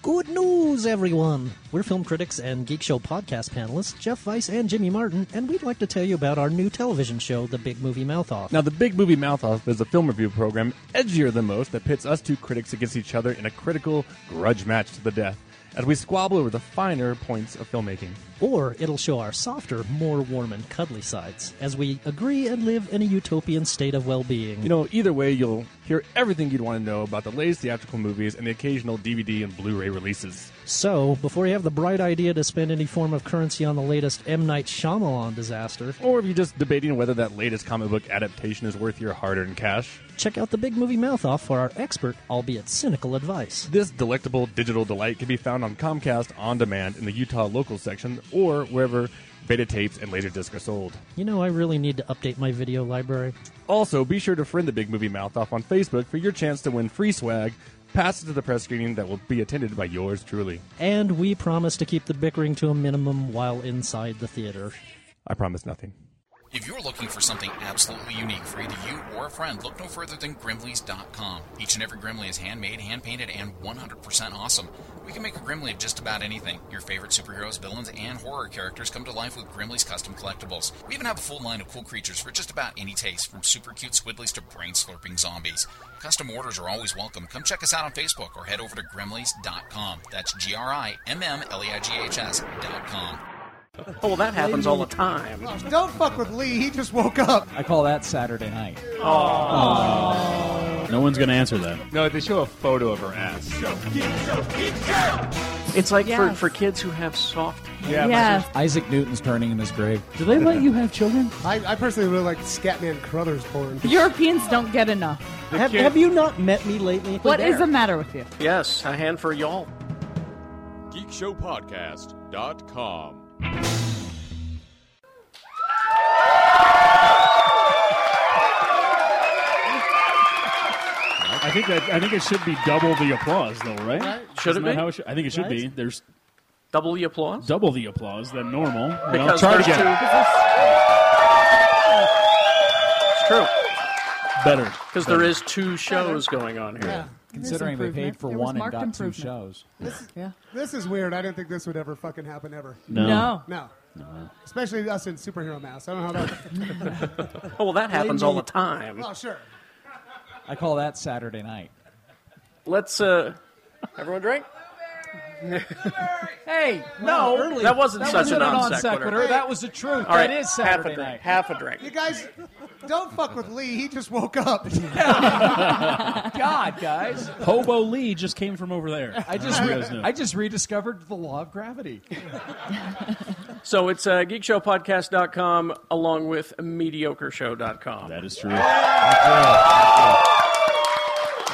S5: Good news, everyone! We're film critics and Geek Show podcast panelists Jeff Weiss and Jimmy Martin, and we'd like to tell you about our new television show, The Big Movie Mouth Off.
S6: Now, the Big Movie Mouth Off is a film review program edgier than most that pits us two critics against each other in a critical grudge match to the death as we squabble over the finer points of filmmaking.
S5: Or it'll show our softer, more warm and cuddly sides as we agree and live in a utopian state of well being.
S6: You know, either way, you'll hear everything you'd want to know about the latest theatrical movies and the occasional DVD and Blu ray releases.
S5: so, before you have the bright idea to spend any form of currency on the latest M. Night Shyamalan disaster,
S6: Or if you're just debating whether that latest comic book adaptation is worth your hard earned cash,
S5: check out The Big Movie Mouth Off for our expert, albeit cynical, advice.
S6: this delectable digital delight can be found on Comcast On Demand in the Utah local section or wherever beta tapes and Laserdisc are sold.
S5: You know, I really need to update my video library.
S6: Also, be sure to friend the Big Movie Mouth Off on Facebook for your chance to win free swag, passes to the press screening that will be attended by yours truly.
S5: And we promise to keep the bickering to a minimum while inside the theater.
S6: I promise nothing.
S7: If you're looking for something absolutely unique for either you or a friend, look no further than Grimleys.com. Each and every Grimley is handmade, hand painted, and 100% awesome. We can make a Grimley of just about anything. Your favorite superheroes, villains, and horror characters come to life with Grimley's custom collectibles. We even have a full line of cool creatures for just about any taste, from super cute squidleys to brain slurping zombies. Custom orders are always welcome. Come check us out on Facebook or head over to Grimleys.com. That's G R I M M L E I G H S.com.
S1: Oh, well, that happens all the time.
S8: Don't fuck with Lee. He just woke up.
S9: I call that Saturday night.
S6: Mm-hmm.
S9: No one's going to answer that.
S6: No, they show a photo of her ass.
S1: It's like
S10: Yeah.
S1: for, for kids who have soft
S10: yeah.
S9: Isaac Newton's turning in his grave. Do they let you have children?
S8: I, I personally really like Scatman Crothers porn.
S10: Europeans don't get enough.
S9: Have, have you not met me lately?
S10: What is the matter with you?
S1: Yes, a hand for y'all.
S11: GeekShowPodcast.com.
S9: I think that I think it should be double the applause, though, right?
S1: Should
S9: Isn't
S1: it
S9: that
S1: be?
S9: how should- I think it should be. There's
S1: Double the applause.
S9: double the applause than normal. Well,
S1: Because
S9: try
S1: there's
S9: again.
S1: It's true.
S9: better.
S1: Because there is two shows going on here.
S9: Considering they paid for
S10: There was
S9: one and
S10: marked
S9: got two
S10: improvement.
S9: shows.
S10: Yeah.
S8: This is weird. I didn't think this would ever fucking happen ever.
S10: No.
S8: No. Especially us in superhero masks. I don't know how that.
S1: Oh, well, that happens all the time.
S8: oh, sure.
S9: I call that Saturday night.
S1: Let's, uh, everyone drink?
S9: Hey,
S1: no, that wasn't such a
S9: wasn't
S1: non
S9: non
S1: sequitur.
S9: That was the truth.
S1: All right,
S9: that is
S1: half a
S9: Saturday
S1: drink.
S9: night.
S1: Half a drink.
S8: You guys, don't fuck with Lee. He just woke up.
S9: God, guys,
S12: Hobo Lee just came from over there.
S9: I just
S12: You guys know.
S9: I just rediscovered the law of gravity.
S1: So it's uh, geekshowpodcast.com along with mediocreshow.com.
S12: That is true.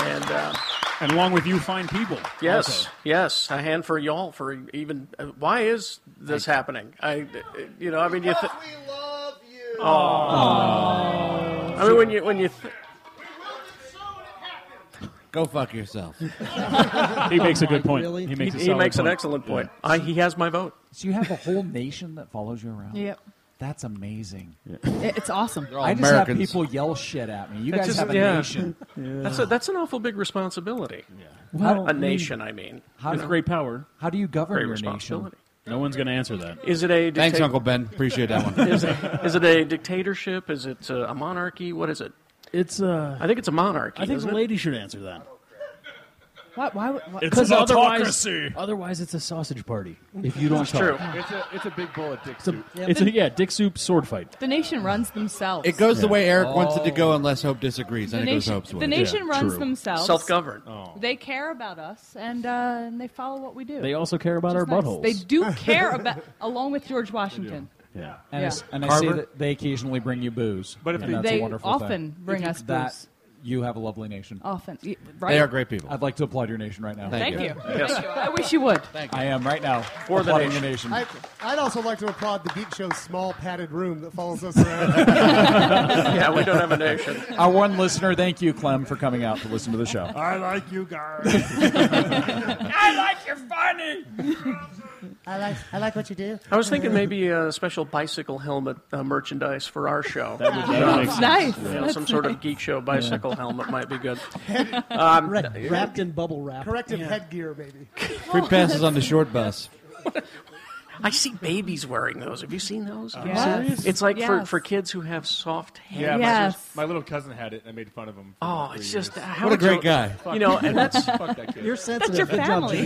S1: And, uh,
S12: And along with you, fine people.
S1: Yes,
S12: also.
S1: yes, a hand for y'all for even. uh, Why is this happening? I, uh, you know, I mean, you. Th-
S8: we love you.
S1: I mean, when you when you. Th-
S13: Go fuck yourself.
S12: He makes a good point.
S5: really?
S12: He makes, a
S1: he
S12: solid
S1: makes an
S12: point.
S1: excellent point. I, he has my vote.
S9: So you have a whole nation that follows you around.
S10: Yep.
S9: That's amazing.
S10: It- It's awesome.
S13: They're all
S9: I just
S13: Americans.
S9: have people yell shit at me. You guys
S1: just-
S9: have a
S1: yeah.
S9: nation.
S1: That's a, that's an awful big responsibility.
S9: Well,
S1: A nation, I mean.
S9: How,
S12: With
S9: do-
S12: great power.
S9: how do you govern
S1: Great
S9: your nation?
S1: responsibility.
S12: No one's going to answer that.
S1: Is it a
S13: Thanks,
S1: dicta-
S13: Uncle Ben. Appreciate that one.
S1: Is it, is it a dictatorship? Is it uh, a monarchy? What is it?
S12: It's uh,
S1: I think it's a monarchy.
S12: I think
S1: isn't
S12: the
S1: it?
S12: lady should answer that.
S10: Why? Why? would- why-
S12: It's an
S9: otherwise-
S12: autocracy. Otherwise, it's a sausage party.
S9: If you don't talk,
S1: True.
S6: It's a, it's a big bullet dick
S12: It's a, it's a yeah, dick soup sword fight.
S10: The nation runs themselves.
S13: It goes the way Eric wants it to go unless Hope disagrees.
S10: The
S13: and it goes
S10: nation,
S13: Hope's way.
S10: the nation
S12: Oh. Yeah,
S10: runs
S12: true. Oh.
S10: themselves.
S1: Self-governed.
S10: They care about us and, uh, and they follow what we do.
S12: They also care about
S10: Which
S12: our
S10: is nice.
S12: buttholes.
S10: They do care about, along with George Washington.
S12: Yeah.
S10: Yeah.
S9: and, I, s- and I see
S12: Carver?
S9: that they occasionally bring you booze.
S6: But if
S9: and
S6: they-
S9: that's a
S10: They
S9: wonderful
S10: often
S9: thing.
S10: bring us
S9: that,
S10: booze.
S9: You have a lovely nation.
S10: Often, Y- right?
S13: They are great people.
S9: I'd like to applaud your nation right now.
S10: Thank you.
S13: you.
S10: Thank you. I wish you would.
S9: I am right now
S1: For the
S9: applauding your nation.
S8: I, I'd also like to applaud the Geek Show's small padded room that follows us around.
S1: Yeah, we don't have a nation.
S9: Our one listener, thank you, Clem, for coming out to listen to the show.
S12: I like you guys.
S9: I like your funny.
S14: I like, I like what you do.
S1: I was thinking maybe a special bicycle helmet uh, merchandise for our show. Uh,
S14: That would- that would make sense. Nice.
S1: You know,
S14: That's
S1: some sort
S14: nice.
S1: of geek show bicycle helmet might be good.
S15: Um,
S1: Um,
S15: wrapped in bubble wrap.
S8: Corrective headgear, maybe.
S13: Free passes on the short bus.
S1: I see babies wearing those. Have you seen those?
S8: Are you Uh, Yes. serious?
S1: It's like for,
S8: Yes.
S1: for kids who have soft hands.
S16: Yeah, my, my little cousin had it, and I made fun of him. for
S1: Oh,
S16: like
S1: it's
S16: three
S1: just
S16: years.
S1: how would you- You know, and that's
S16: fuck that kid.
S1: And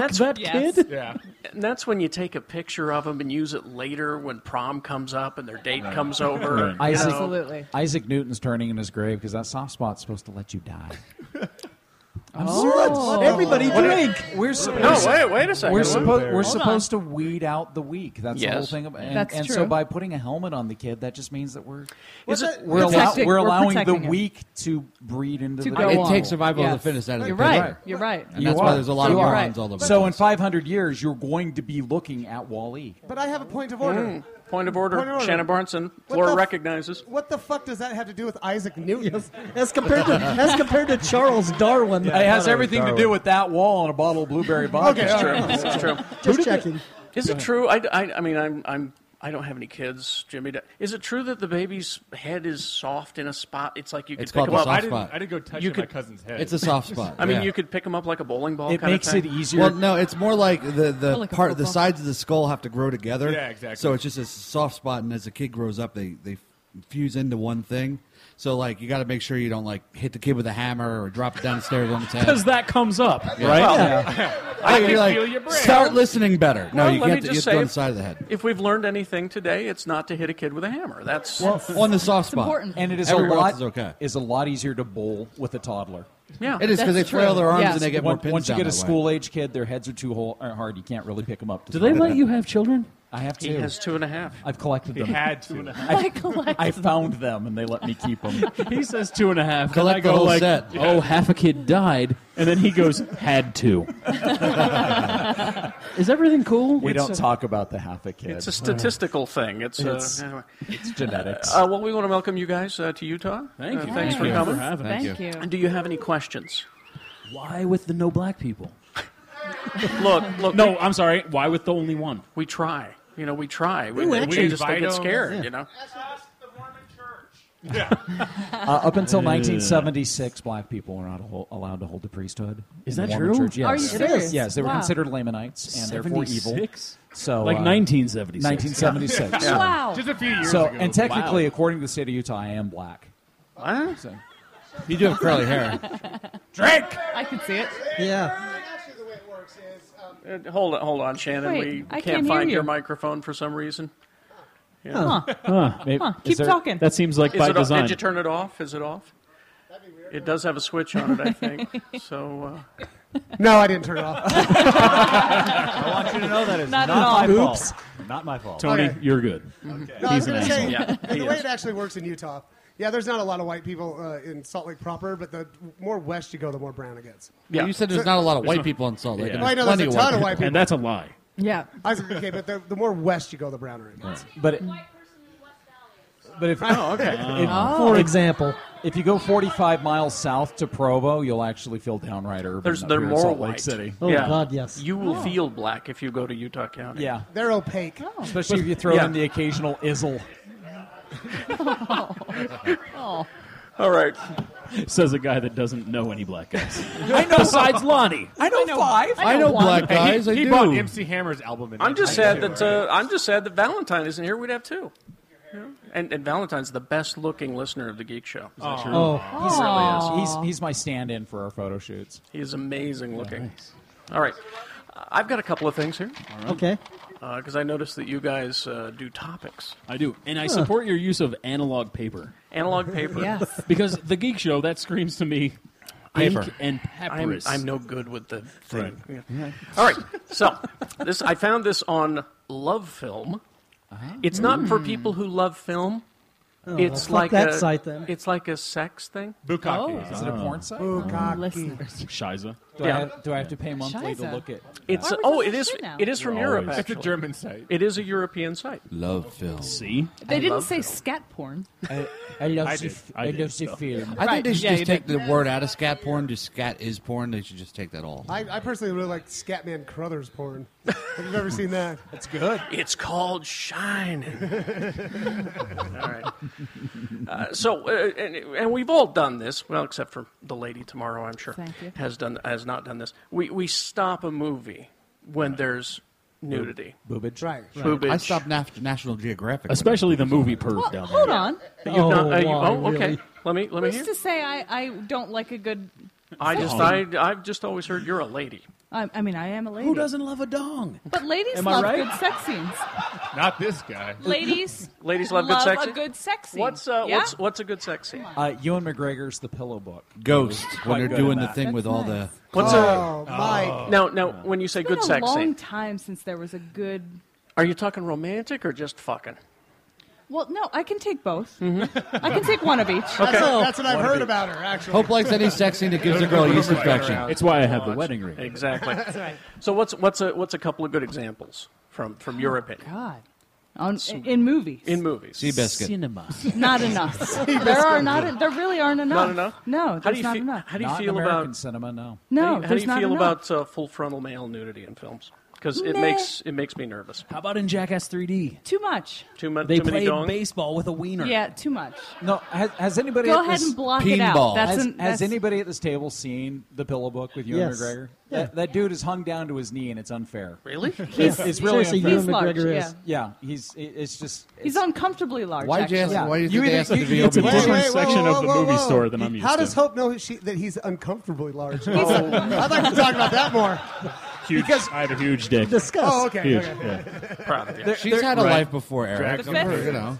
S1: that's
S16: that kid?
S1: Yeah. And that's when you take a picture of them and use it later when prom comes up and their date comes over. you
S9: Isaac,
S1: know.
S9: Isaac Newton's turning in his grave because that soft spot's supposed to let you die. I'm
S1: Oh.
S9: serious. Everybody
S1: What-
S9: drink. We're supposed.
S1: No, wait- wait a second.
S9: We're,
S1: Wait
S9: suppo-
S1: there.
S9: we're
S1: Hold
S9: supposed to weed out the weak. That's the whole
S1: Yes.
S9: thing. About, and
S1: That's
S9: and so
S1: true.
S9: by putting a helmet on the kid, that just means that we're
S1: Is it-
S9: we're, allow-
S1: Protecting-
S9: we're
S1: we're
S9: allowing the
S1: protecting him.
S9: weak to breed into
S13: To
S9: the.
S13: go It on. takes survival of the Yes. fittest out of the
S17: You're right. picture. You're right.
S13: And that's why there's a lot
S9: You
S13: of
S9: are.
S13: morons all over the
S9: So in 500 years, you're going to be looking at Wall-E.
S8: But I have a point of order.
S1: Mm. Point of order. Shannon Barneson.
S8: What
S1: Floor
S8: the f-
S1: recognizes.
S8: What the fuck does that have to do with Isaac Newton?
S15: As compared to as compared to Charles Darwin.
S9: it has everything to do with that wall and a bottle of blueberry vodka.
S1: It's true. It's true.
S15: Just checking.
S1: Is
S9: Go
S1: it
S9: ahead.
S1: true? I, I, I mean, I'm, I'm, I don't have any kids, Jimmy. Is it true that the baby's head is soft in a spot? It's like you could
S13: It's
S1: pick
S13: called
S1: them
S13: a
S1: up.
S13: soft I didn't- spot. I
S16: didn't go touching
S1: You
S16: my cousin's head.
S13: It's a soft spot,
S1: I mean,
S13: yeah.
S1: you could pick them up like a bowling ball.
S13: It
S1: kind
S13: makes
S1: of thing.
S13: Well, no, it's more like the, the
S1: Or like a
S13: part, the
S1: football.
S13: sides of the skull have to grow together.
S1: Yeah, exactly.
S13: So it's just a soft spot, and as a kid grows up, they they fuse into one thing. So like, you got to make sure you don't like hit the kid with a hammer or drop it down the stairs on its head.
S6: Because that comes up,
S13: Yeah.
S6: right?
S13: Like, you're like, start listening better. no,
S1: Well,
S13: you
S1: let
S13: can't. You
S1: me
S13: have
S1: just
S13: to go
S1: say
S13: on the
S1: if-
S13: side of the head.
S1: If we've learned anything today, it's not to hit a kid with a hammer. That's
S13: on the soft spot,
S9: and it is a
S13: Everywhere
S9: lot
S13: else is okay.
S9: is a lot easier to bowl with a toddler.
S1: Yeah.
S13: It is 'cause That's they flail true. their arms
S9: Yes.
S13: and they get
S9: Once-
S13: more pins
S9: Once you
S13: down
S9: get a
S13: that way.
S9: school age kid, their heads are too whole, or hard. You can't really pick them up.
S6: Do they let you have children?
S9: I have two.
S6: He has
S1: two and a half.
S9: I've collected
S6: He
S9: them.
S6: had two and a half. I
S9: I,
S6: collected
S9: I found them and they let me keep them.
S6: He says two and a half.
S9: Collect
S6: and I go
S9: the whole
S6: like,
S9: set.
S6: oh, half a kid died, and then he goes, had to. Is everything cool?
S9: We
S6: It's
S9: don't
S6: a-
S9: talk about the half a kid.
S1: It's a statistical thing. It's uh,
S9: It's-
S1: anyway.
S9: it's genetics.
S1: Uh, well, we want to welcome you guys uh, to Utah.
S6: Thank
S1: Uh,
S6: you.
S1: Thanks
S6: Thank
S1: for
S6: you.
S1: coming.
S6: For having Thank us. you.
S1: And do you have any questions?
S6: Why with the no black people?
S1: Look, look.
S6: No, I'm sorry. Why with the only one?
S1: We try. You know, we try. We,
S6: Ooh,
S1: we
S6: actually,
S1: just they
S6: invite
S1: get
S6: 'em.
S1: scared.
S6: Yeah.
S1: You know.
S9: Uh, up until 1976, black people were not al- allowed to hold the priesthood.
S6: Is
S9: in the
S6: that
S9: Mormon
S6: true?
S9: Church, yes.
S6: Are you serious?
S9: Yes, they were
S6: Wow.
S9: considered Lamanites and therefore evil.
S6: 76?
S9: So
S6: Like
S9: uh,
S6: 1976.
S9: 1976.
S6: Yeah. Wow. Just a few years
S9: So,
S6: ago.
S9: and technically,
S6: Wow.
S9: according to the state of Utah, I am black.
S1: What?
S9: You do have curly hair.
S1: Drink.
S17: I can see it.
S9: Yeah.
S1: Uh, hold on, hold on, Shannon.
S17: Wait,
S1: we
S17: I
S1: can't,
S17: can't hear
S1: find your
S17: you.
S1: microphone for some reason.
S6: Huh. Huh. Maybe- Huh. is Keep there- talking. that seems like
S1: Is
S6: by
S1: it off-
S6: design.
S1: Did you turn it off? Is it off? It does have a switch on it, I think. so. Uh...
S8: No, I didn't turn it off.
S1: I
S8: want you to know that
S1: it's
S8: it's Not at not my all. fault.
S1: Oops. Not my fault.
S6: Tony,
S8: Okay.
S6: you're good.
S8: No, I was going to say,
S6: Yeah,
S8: and
S6: he
S8: the way
S6: is.
S8: it actually works in Utah, yeah, there's not a lot of white people uh, in Salt Lake proper, but the more west you go, the more brown it gets.
S13: You said there's
S8: So-
S13: not a lot of white people in Salt Lake. and
S8: Well, I know
S13: there's
S8: there's
S13: plenty
S8: a ton of
S13: people.
S8: white people.
S6: a lie.
S8: yeah. I was, okay, but the, the more west you go, the browner it gets.
S9: But it- But if,
S8: Oh, okay.
S1: Um,
S9: if-
S8: Oh.
S9: for example, if you go 45 miles south to Provo, you'll actually feel downright urban.
S1: There's
S9: up
S1: they're
S9: here in
S1: more
S9: Salt
S1: white.
S9: Lake City.
S17: Oh,
S1: Yeah. You will feel black if you go to Utah County.
S9: Yeah.
S8: They're opaque.
S9: Especially if you throw
S1: Yeah.
S9: in the occasional izzle.
S17: Oh.
S1: All right.
S6: Says a guy that doesn't know any black guys.
S9: I know-
S6: Besides Lonnie.
S9: I know, five.
S6: I know black
S9: Hey, he-
S6: guys, I
S9: he
S6: do.
S9: bought
S6: Ooh.
S16: MC Hammer's album. In
S1: I'm just sad
S16: 1992.
S1: that uh, I'm just sad that Valentine isn't here. We'd have two. And, and Valentine's the best looking listener of the Geek Show. Is
S9: Oh,
S1: he really is.
S9: he's, he's he's my stand-in for our photo shoots.
S1: He is amazing looking. All right. Uh, I've got a couple of things here.
S15: Okay.
S1: Because I noticed that you guys uh, do topics.
S6: I do. And I
S1: Huh.
S6: support your use of analog paper.
S1: Analog paper. Yes.
S6: because the Geek Show, that screams to me
S1: Paper.
S6: ink and
S1: I'm,
S6: papyrus.
S1: I'm no good with the thing. Yeah. All right. So this I found this on Love Film. It's not for people who love film.
S15: Uh-huh. Hmm. Oh, well,
S1: it's
S15: fuck
S1: like
S15: that
S1: a,
S15: site, then.
S1: It's like a sex thing.
S6: Bukkake. Oh. Is it a porn
S1: site?
S6: Bukkake. Shiza.
S9: Do, I, have, do I have to pay monthly to look at?
S1: It's
S9: that?
S1: oh, it is it is from Europe.
S9: Always.
S1: Actually.
S9: It's a German site.
S1: It is a European site.
S13: Love film.
S18: See?
S17: They
S1: I
S17: didn't
S1: love
S17: say scat porn.
S9: I, I love
S13: I
S9: the,
S13: did.
S9: f-
S13: I
S9: I
S13: did,
S9: love the
S13: though.
S9: film.
S13: I think they should
S8: Right,
S13: just
S8: yeah,
S13: take the word out of scat porn. Just scat is porn. They should just take that all.
S8: I, I personally really like Scatman Crothers porn. Have you ever seen that? That's
S1: good. It's called Shining. all right. Uh, so, uh, and, and we've all done this. Well, except for the lady tomorrow, I'm sure
S19: Thank you.
S1: has done has not done this. We we stop a movie when there's nudity.
S13: Boobage.
S8: Right.
S1: Boobage.
S13: I stopped Naf- National Geographic.
S18: Especially the movie perv down there.
S17: Hold on.
S1: You've not, uh, you-
S13: why,
S1: oh, okay.
S13: really?
S1: Let me let me
S17: Who's
S1: hear.
S17: to say I, I don't like a good?
S1: I just
S17: Oh.
S1: I I've just always heard you're a lady.
S17: I, I mean, I am a lady.
S1: Who
S17: doesn't
S18: love a dong?
S17: But ladies
S1: Am I
S17: love
S1: right?
S17: good sex scenes.
S3: Not this guy.
S17: Ladies,
S1: Ladies love good sex
S17: A
S1: scene?
S17: good sex scene.
S1: What's uh,
S17: Yeah?
S1: what's what's a good sex scene?
S9: Uh, Ewan McGregor's The Pillow Book.
S13: Ghost,
S9: Quite
S13: when
S9: good
S13: they're
S9: at
S13: doing the
S9: that.
S13: thing with all the.
S1: What's
S13: Oh,
S1: a
S13: my-
S1: now now when you say
S17: It's
S1: good
S17: been
S1: sex
S17: a long
S1: scene?
S17: time since there was a good.
S1: Are you talking romantic or just fucking?
S17: Well, no, I can take both. I can take one of each.
S1: Mm-hmm. Okay. That's what-
S8: that's what I've heard about her. Actually,
S13: Hope likes any sex scene that gives a girl a yeast infection.
S18: It's why I have the wedding ring.
S1: Exactly. So what's what's a what's a couple of good examples from from your opinion?
S17: Oh, God, On, in movies.
S1: In movies.
S13: Seabiscuit.
S1: Cinema.
S17: not enough. there are not. There really aren't enough.
S1: Not enough?
S17: No, there's
S1: How do you
S17: not
S1: feel,
S17: enough.
S1: How do you
S9: Not in
S1: feel
S9: American
S1: about
S9: cinema? No.
S17: No,
S1: How do you, how do
S17: there's
S1: you
S17: not
S1: feel
S17: enough.
S1: about uh, full frontal male nudity in films? Because it
S17: Meh.
S1: makes it makes me nervous.
S9: How about in Jackass 3D?
S17: Too much.
S1: Too much.
S9: They
S1: too many
S9: played
S1: dong?
S9: baseball with a wiener.
S17: Yeah, too much.
S9: No, has, has anybody?
S17: Go
S9: at
S17: ahead
S9: this-
S17: and block it out. Pinball. That's
S9: has,
S17: an-
S9: has
S17: that's-
S9: anybody at this table seen the Pillow Book with Ewan
S5: Yes.
S9: McGregor?
S5: Yeah.
S9: That, that dude is hung down to his knee, and it's unfair.
S1: Really?
S9: It's, it's really
S5: Seriously,
S9: unfair.
S5: Ewan He's large, McGregor is.
S9: Yeah, he's. it- It's just. It's,
S17: He's uncomfortably large.
S9: Why'd you
S17: actually.
S9: ask- Yeah. why do you
S18: You think they either- asked him to be it's a open? different section of the movie store than I'm used
S8: How
S18: to.
S8: does Hope know she, that he's uncomfortably large? I'd like to talk about that more.
S18: Huge. I have a huge dick.
S8: Disgust. Oh, okay,
S18: Huge,
S8: okay.
S18: yeah.
S13: She's had a life before, Eric.
S9: Drag them
S13: Come on,
S9: through.
S13: you know.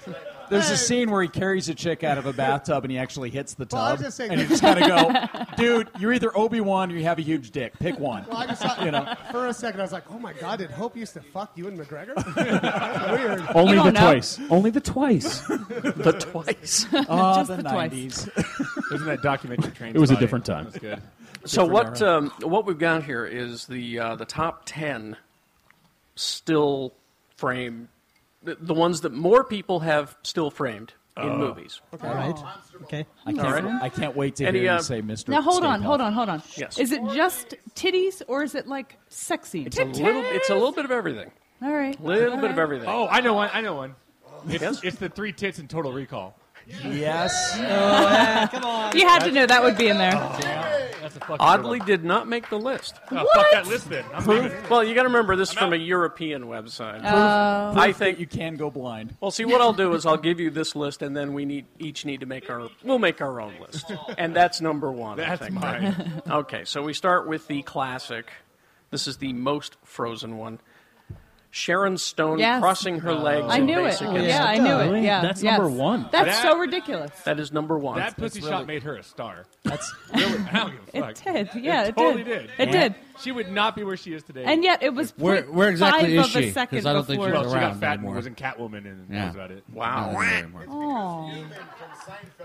S9: There's a scene where he carries a chick out of a bathtub and he actually hits the tub.
S8: Well, I was just saying-
S9: and you just gotta go, dude. You're either Obi Wan or you have a huge dick. Pick one.
S8: Well, I just thought,
S9: you know.
S8: for a second, I was like, "Oh my God, did Hope used to fuck you and McGregor?" That's weird.
S18: Only the twice. Only the twice.
S1: the twice.
S9: Oh, the, 90s.
S3: Ah, Isn't that documentary train?
S18: It was a
S3: Spotting?
S18: different time.
S3: That's good.
S1: So
S3: Different
S1: what
S3: era.
S1: um, what we've got here is the uh, the top ten still frame, the, the ones that more people have still framed in
S9: Oh.
S1: movies.
S5: All right. Okay.
S9: I can't.
S1: All right.
S9: I can't wait to
S1: Any,
S9: hear
S1: uh,
S9: you say, Mister.
S17: Now hold on, hold on, hold on.
S1: Yes.
S17: Is it just titties or is it like sex scenes?
S1: It's a little it's a little bit of everything.
S17: All right.
S1: Little
S17: All
S1: bit of
S17: right.
S1: everything.
S6: Oh, I know one. I know one. It's, it's the three tits in Total Recall.
S9: Yes.
S6: Oh, come on.
S17: Oh, You had to know that would be in there.
S6: That's a fucking good
S1: Oddly,
S6: one.
S1: did not make the list.
S6: Oh,
S17: What?
S6: fuck that list then. I'm
S1: Proof-
S6: leaving.
S1: Well, you got to remember this is from a European website.
S17: Oh.
S1: I think
S9: you can go blind.
S1: Well, see, what I'll do is I'll give you this list, and then we need each need to make our we'll make our own list, and that's number one.
S6: That's
S1: I think,
S6: mine.
S1: right? Okay, so we start with the classic. This is the most frozen one. Sharon Stone
S17: Yes.
S1: crossing her legs.
S17: I
S1: in
S17: knew it.
S1: basic
S17: Yeah,
S1: instinct.
S17: I knew it.
S18: Really?
S17: Yeah.
S18: That's
S17: yes.
S18: number one.
S17: That's
S6: That-
S17: so ridiculous.
S1: That is number one.
S6: That pussy
S9: really-
S6: shot made her a star.
S9: That's
S6: really. I don't give a fuck.
S17: It did. Yeah, it,
S6: totally
S17: did.
S6: did.
S17: It did.
S6: She would not be where she is today.
S17: And yet it was
S13: Where-
S17: point
S13: where exactly
S17: five
S13: is
S17: of a
S13: she? 'Cause
S17: second
S13: I don't think
S17: before.
S13: she's
S6: well, she got
S13: around
S6: fat and
S13: anymore.
S6: was in Catwoman, and
S13: Yeah.
S6: that was about it.
S1: Wow.
S13: Not anymore.
S17: Oh.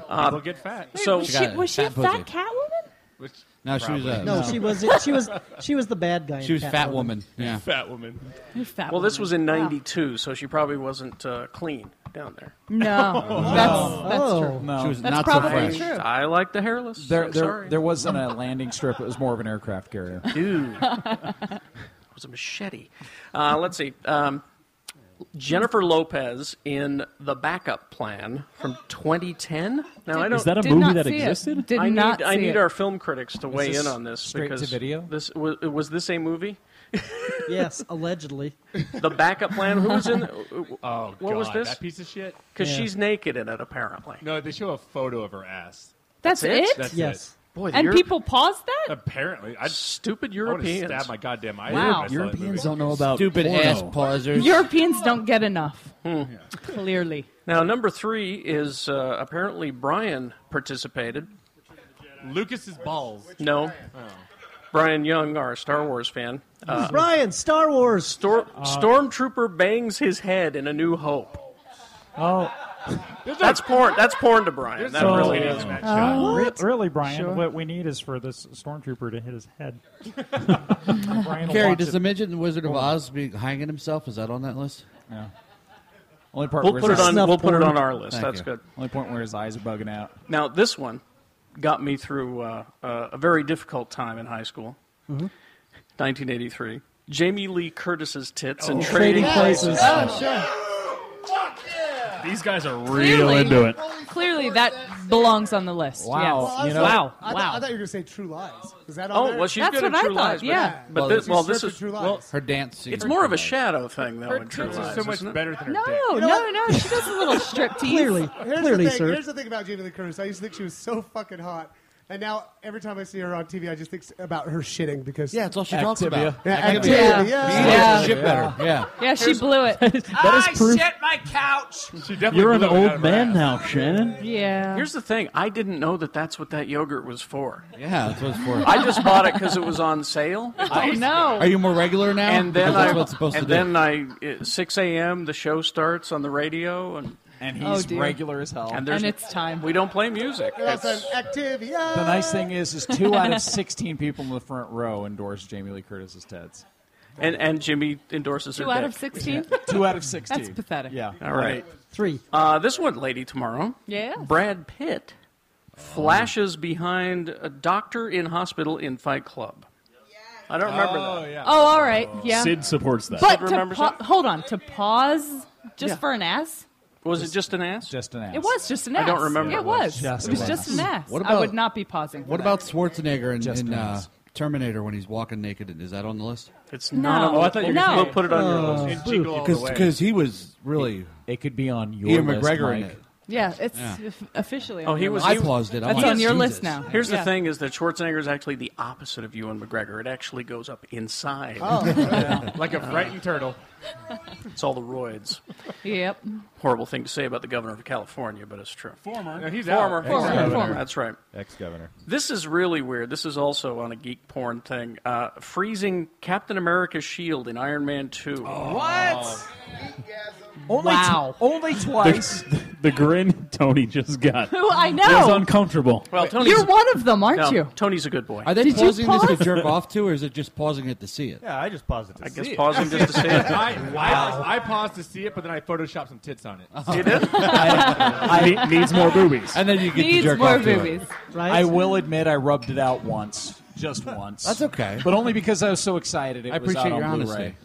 S1: Uh,
S6: People get fat.
S17: Wait,
S1: So-
S17: was
S13: She
S17: she,
S13: got a
S17: was she a
S13: fat
S17: fat
S13: pussy.
S17: Catwoman?
S6: Which
S13: No, she was a.
S5: No, she was. She was. She was the bad guy. in
S13: She was fat
S5: Catwoman.
S13: woman. Yeah.
S6: fat woman.
S17: You're fat.
S1: Well, this
S17: woman.
S1: was in
S17: Wow.
S1: '92, so she probably wasn't uh, clean down there.
S17: No, that's that's
S5: Oh.
S17: true.
S9: No.
S13: She was
S17: That's
S13: not so
S17: probably
S13: fresh.
S17: true.
S1: I like the hairless.
S9: There,
S1: I'm
S9: there,
S1: sorry.
S9: there uh, wasn't a landing strip. It was more of an aircraft carrier.
S1: Dude. it was a machete. Uh, let's see. Um, Jennifer Lopez in The Backup Plan from 2010. Now, I don't.
S18: Is that a
S17: Did
S18: movie
S17: not
S18: that
S17: see it.
S18: existed?
S17: Did
S1: I need,
S17: not
S1: I
S17: see
S1: need
S17: it.
S1: our film critics to weigh
S9: this
S1: in on this
S9: straight to
S1: because
S9: video?
S1: This was, was this a movie?
S5: Yes, allegedly.
S1: The backup plan. Who was in?
S6: Oh,
S1: what
S6: God,
S1: was this?
S6: That piece of shit.
S1: Because
S5: Yeah.
S1: she's naked in it apparently.
S6: No, they show a photo of her ass.
S17: That's
S1: it?
S17: it.
S6: That's
S5: Yes.
S1: Boy, the
S17: And
S1: Euro-
S17: people paused that.
S6: Apparently, I I
S1: stupid
S6: would
S1: Europeans.
S6: stab my goddamn eye.
S17: Wow.
S6: out if I saw that
S18: Europeans
S6: movie.
S18: don't know about
S13: Stupid
S18: porno.
S13: ass pausers.
S17: Europeans don't get enough.
S1: Hmm.
S17: Clearly,
S1: Now number three is uh, apparently Brian participated.
S6: Lucas's balls.
S1: No,
S20: Oh.
S1: Brian Young, our Star Wars fan. Uh,
S5: Brian, Star Wars.
S6: Uh,
S1: Stor- Stormtrooper bangs his head in A New Hope.
S20: Oh.
S1: That's porn. That's porn to Brian. That
S20: So-
S1: really is.
S20: Oh, re- really, Brian,
S1: Sure.
S20: what we need is for this stormtrooper to hit his head. Brian will
S13: Carrie,
S20: watch
S13: does
S20: it.
S13: the midget in Wizard of Oz be hanging himself? Is that on that list?
S9: Yeah. Only part
S1: We'll
S9: where
S1: put
S9: his
S1: it
S9: eyes-
S1: on- we'll put it on our list.
S9: Thank
S1: That's
S9: you.
S1: good.
S9: Only point where his eyes are bugging out.
S1: Now, this one got me through uh, uh, a very difficult time in high school.
S20: Mm-hmm.
S9: Mhm.
S1: 1983. Jamie Lee Curtis's tits and
S20: Oh.
S1: Trading,
S20: Trading
S1: Places.
S20: Places. Oh,
S1: These guys are
S20: Real into it.
S17: Clearly, that belongs on the list.
S20: Wow,
S17: Yes.
S20: you know- Wow,
S8: I, thought, I thought you were going to say True Lies. Is that on
S1: Oh,
S8: there?
S1: well, she's good at True Lies. but- But,
S13: Well,
S1: this,
S13: she's
S1: well, this
S13: good at
S1: is
S13: True
S1: well,
S13: Lies. Her dance scene.
S1: It's more of a shadow thing, though, in True Lies. isn't it?
S17: No, no, no. She does a little striptease.
S8: Here's the thing, Here's the thing about Jamie Lee Curtis. I used to think she was so fucking hot. And now every time I see her on TV, I just think s- about her shitting because
S13: yeah, it's all
S20: she talks about.
S8: Yeah,
S20: Activia.
S8: Activia.
S20: Yeah.
S8: Yeah,
S20: Yeah. Shit better.
S13: Yeah.
S17: Yeah, she blew it. that is
S1: I proof- shit my couch.
S20: You're an old man now, Shannon.
S17: Yeah.
S1: Here's the thing. I didn't know that that's what that yogurt was for.
S13: Yeah, that's what it's for.
S1: I just bought it because it was on sale. I-
S17: Oh,
S13: Are you more regular now?
S1: And then
S13: Because that's
S1: I,
S13: what it's supposed
S1: and
S13: to do.
S1: then I, at 6 a.m. the show starts on the radio, and
S9: and
S8: he's Oh, dear. regular
S9: as hell.
S1: And, there's,
S9: And
S17: it's time.
S1: We don't play music.
S8: And also
S1: It's-
S8: Activia.
S9: The nice thing is, is two out of sixteen people in the front row endorse Jamie Lee Curtis's Ted's.
S1: and and Jimmy endorses her.
S17: Two out
S1: dick.
S17: of 16?
S9: Two out of sixteen.
S17: That's pathetic.
S9: Yeah.
S1: All right.
S5: Three.
S1: Uh, this one, Lady Tomorrow.
S17: Yeah.
S1: Brad Pitt flashes behind a doctor in hospital in Fight Club. I don't remember that.
S17: Oh, all right. Yeah.
S1: Uh, Sid supports that. Sid
S17: But to
S1: remembers
S17: pa- hold on. To pause just
S1: Yeah.
S17: for an ass?
S1: Was it just an ass? Just
S9: an ass.
S17: It was just an
S1: I
S17: ass.
S1: don't remember.
S17: It was. it was just an ass.
S13: What
S17: I
S13: about-
S17: would not be pausing. for
S13: What
S17: that.
S13: about Schwarzenegger in,
S17: Just
S13: in uh,
S17: dance.
S13: Terminator when he's walking naked? Is that on the list?
S1: It's
S17: not No. on the- Oh, I thought you were No. gonna put it on your list.
S13: Oh,
S17: It's Jingle All the
S13: Because
S17: Way.
S13: because he was really.
S9: It, could be on your
S13: Ian
S9: list,
S13: McGregor in
S9: Mike.
S13: it.
S17: Yeah, it's
S13: Yeah.
S17: f- officially.
S1: Oh,
S17: on
S1: he
S17: your
S1: was.
S17: list.
S1: he was-
S17: That's on your list now.
S1: Here's
S17: Yeah.
S1: the thing: is that Schwarzenegger is actually the opposite of Ewan McGregor. It actually goes up inside,
S17: Oh.
S1: Yeah. Uh,
S6: Like a frightened turtle.
S1: It's all the roids.
S17: Yep.
S1: Horrible thing to say about the governor of California, but it's true.
S6: Former. No, he's out.
S1: former,
S6: Ex-governor.
S1: former, former. That's right.
S21: Ex-governor.
S1: This is really weird. This is also on a geek porn thing. Uh, freezing Captain America's shield in Iron Man Two.
S6: Oh.
S9: What?
S20: Only
S9: Wow. only twice.
S22: The, the grin Tony just got.
S17: Who I
S22: It was
S17: know.
S22: uncomfortable.
S1: Well,
S17: Tony's- You're one of them, aren't No, you?
S1: Tony's a good boy.
S13: Are they
S17: Did you
S13: pausing this to
S17: pause?
S13: jerk off to, or is it just pausing it to see it? Ah,
S21: Yeah, I just paused it to
S1: I
S21: see
S1: guess
S21: it.
S1: pausing just to see it.
S6: I, I, I paused to see it, but then I photoshopped some tits on it.
S1: You did?
S9: I-
S6: Ne- needs more boobies.
S9: And then you
S6: get to Needs jerk more off to it. boobies, right?
S9: I will admit I rubbed it out once, just once.
S13: That's okay.
S9: but only because I was so excited. It
S13: I
S9: was out
S13: appreciate
S9: on
S13: your honesty.
S9: Blu-ray.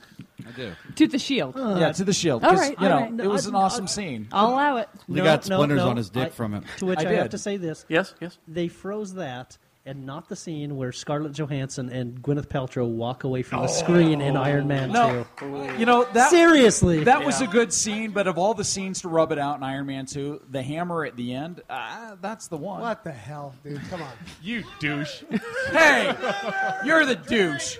S13: I do.
S17: To the shield.
S9: yeah, to the shield.
S17: All
S9: 'cause,
S17: right.
S9: you know,
S17: all right. Uh,
S9: it was an awesome scene.
S17: I'll allow it.
S13: They got splinters on his dick from it.
S5: To which
S9: I
S5: I, have
S9: did.
S5: to say this.
S1: Yes, yes.
S5: They froze that and not the scene where Scarlett Johansson and Gwyneth Paltrow walk away from the screen in Iron Man
S9: Oh. No,
S5: 2.
S9: you know that
S5: Seriously.
S9: That was a
S5: Yeah.
S9: good scene, but of all the scenes to rub it out in Iron Man Two, the hammer at the end, ah, that's the one.
S8: What the hell, dude? Come on.
S6: You douche.
S9: hey, you're the douche.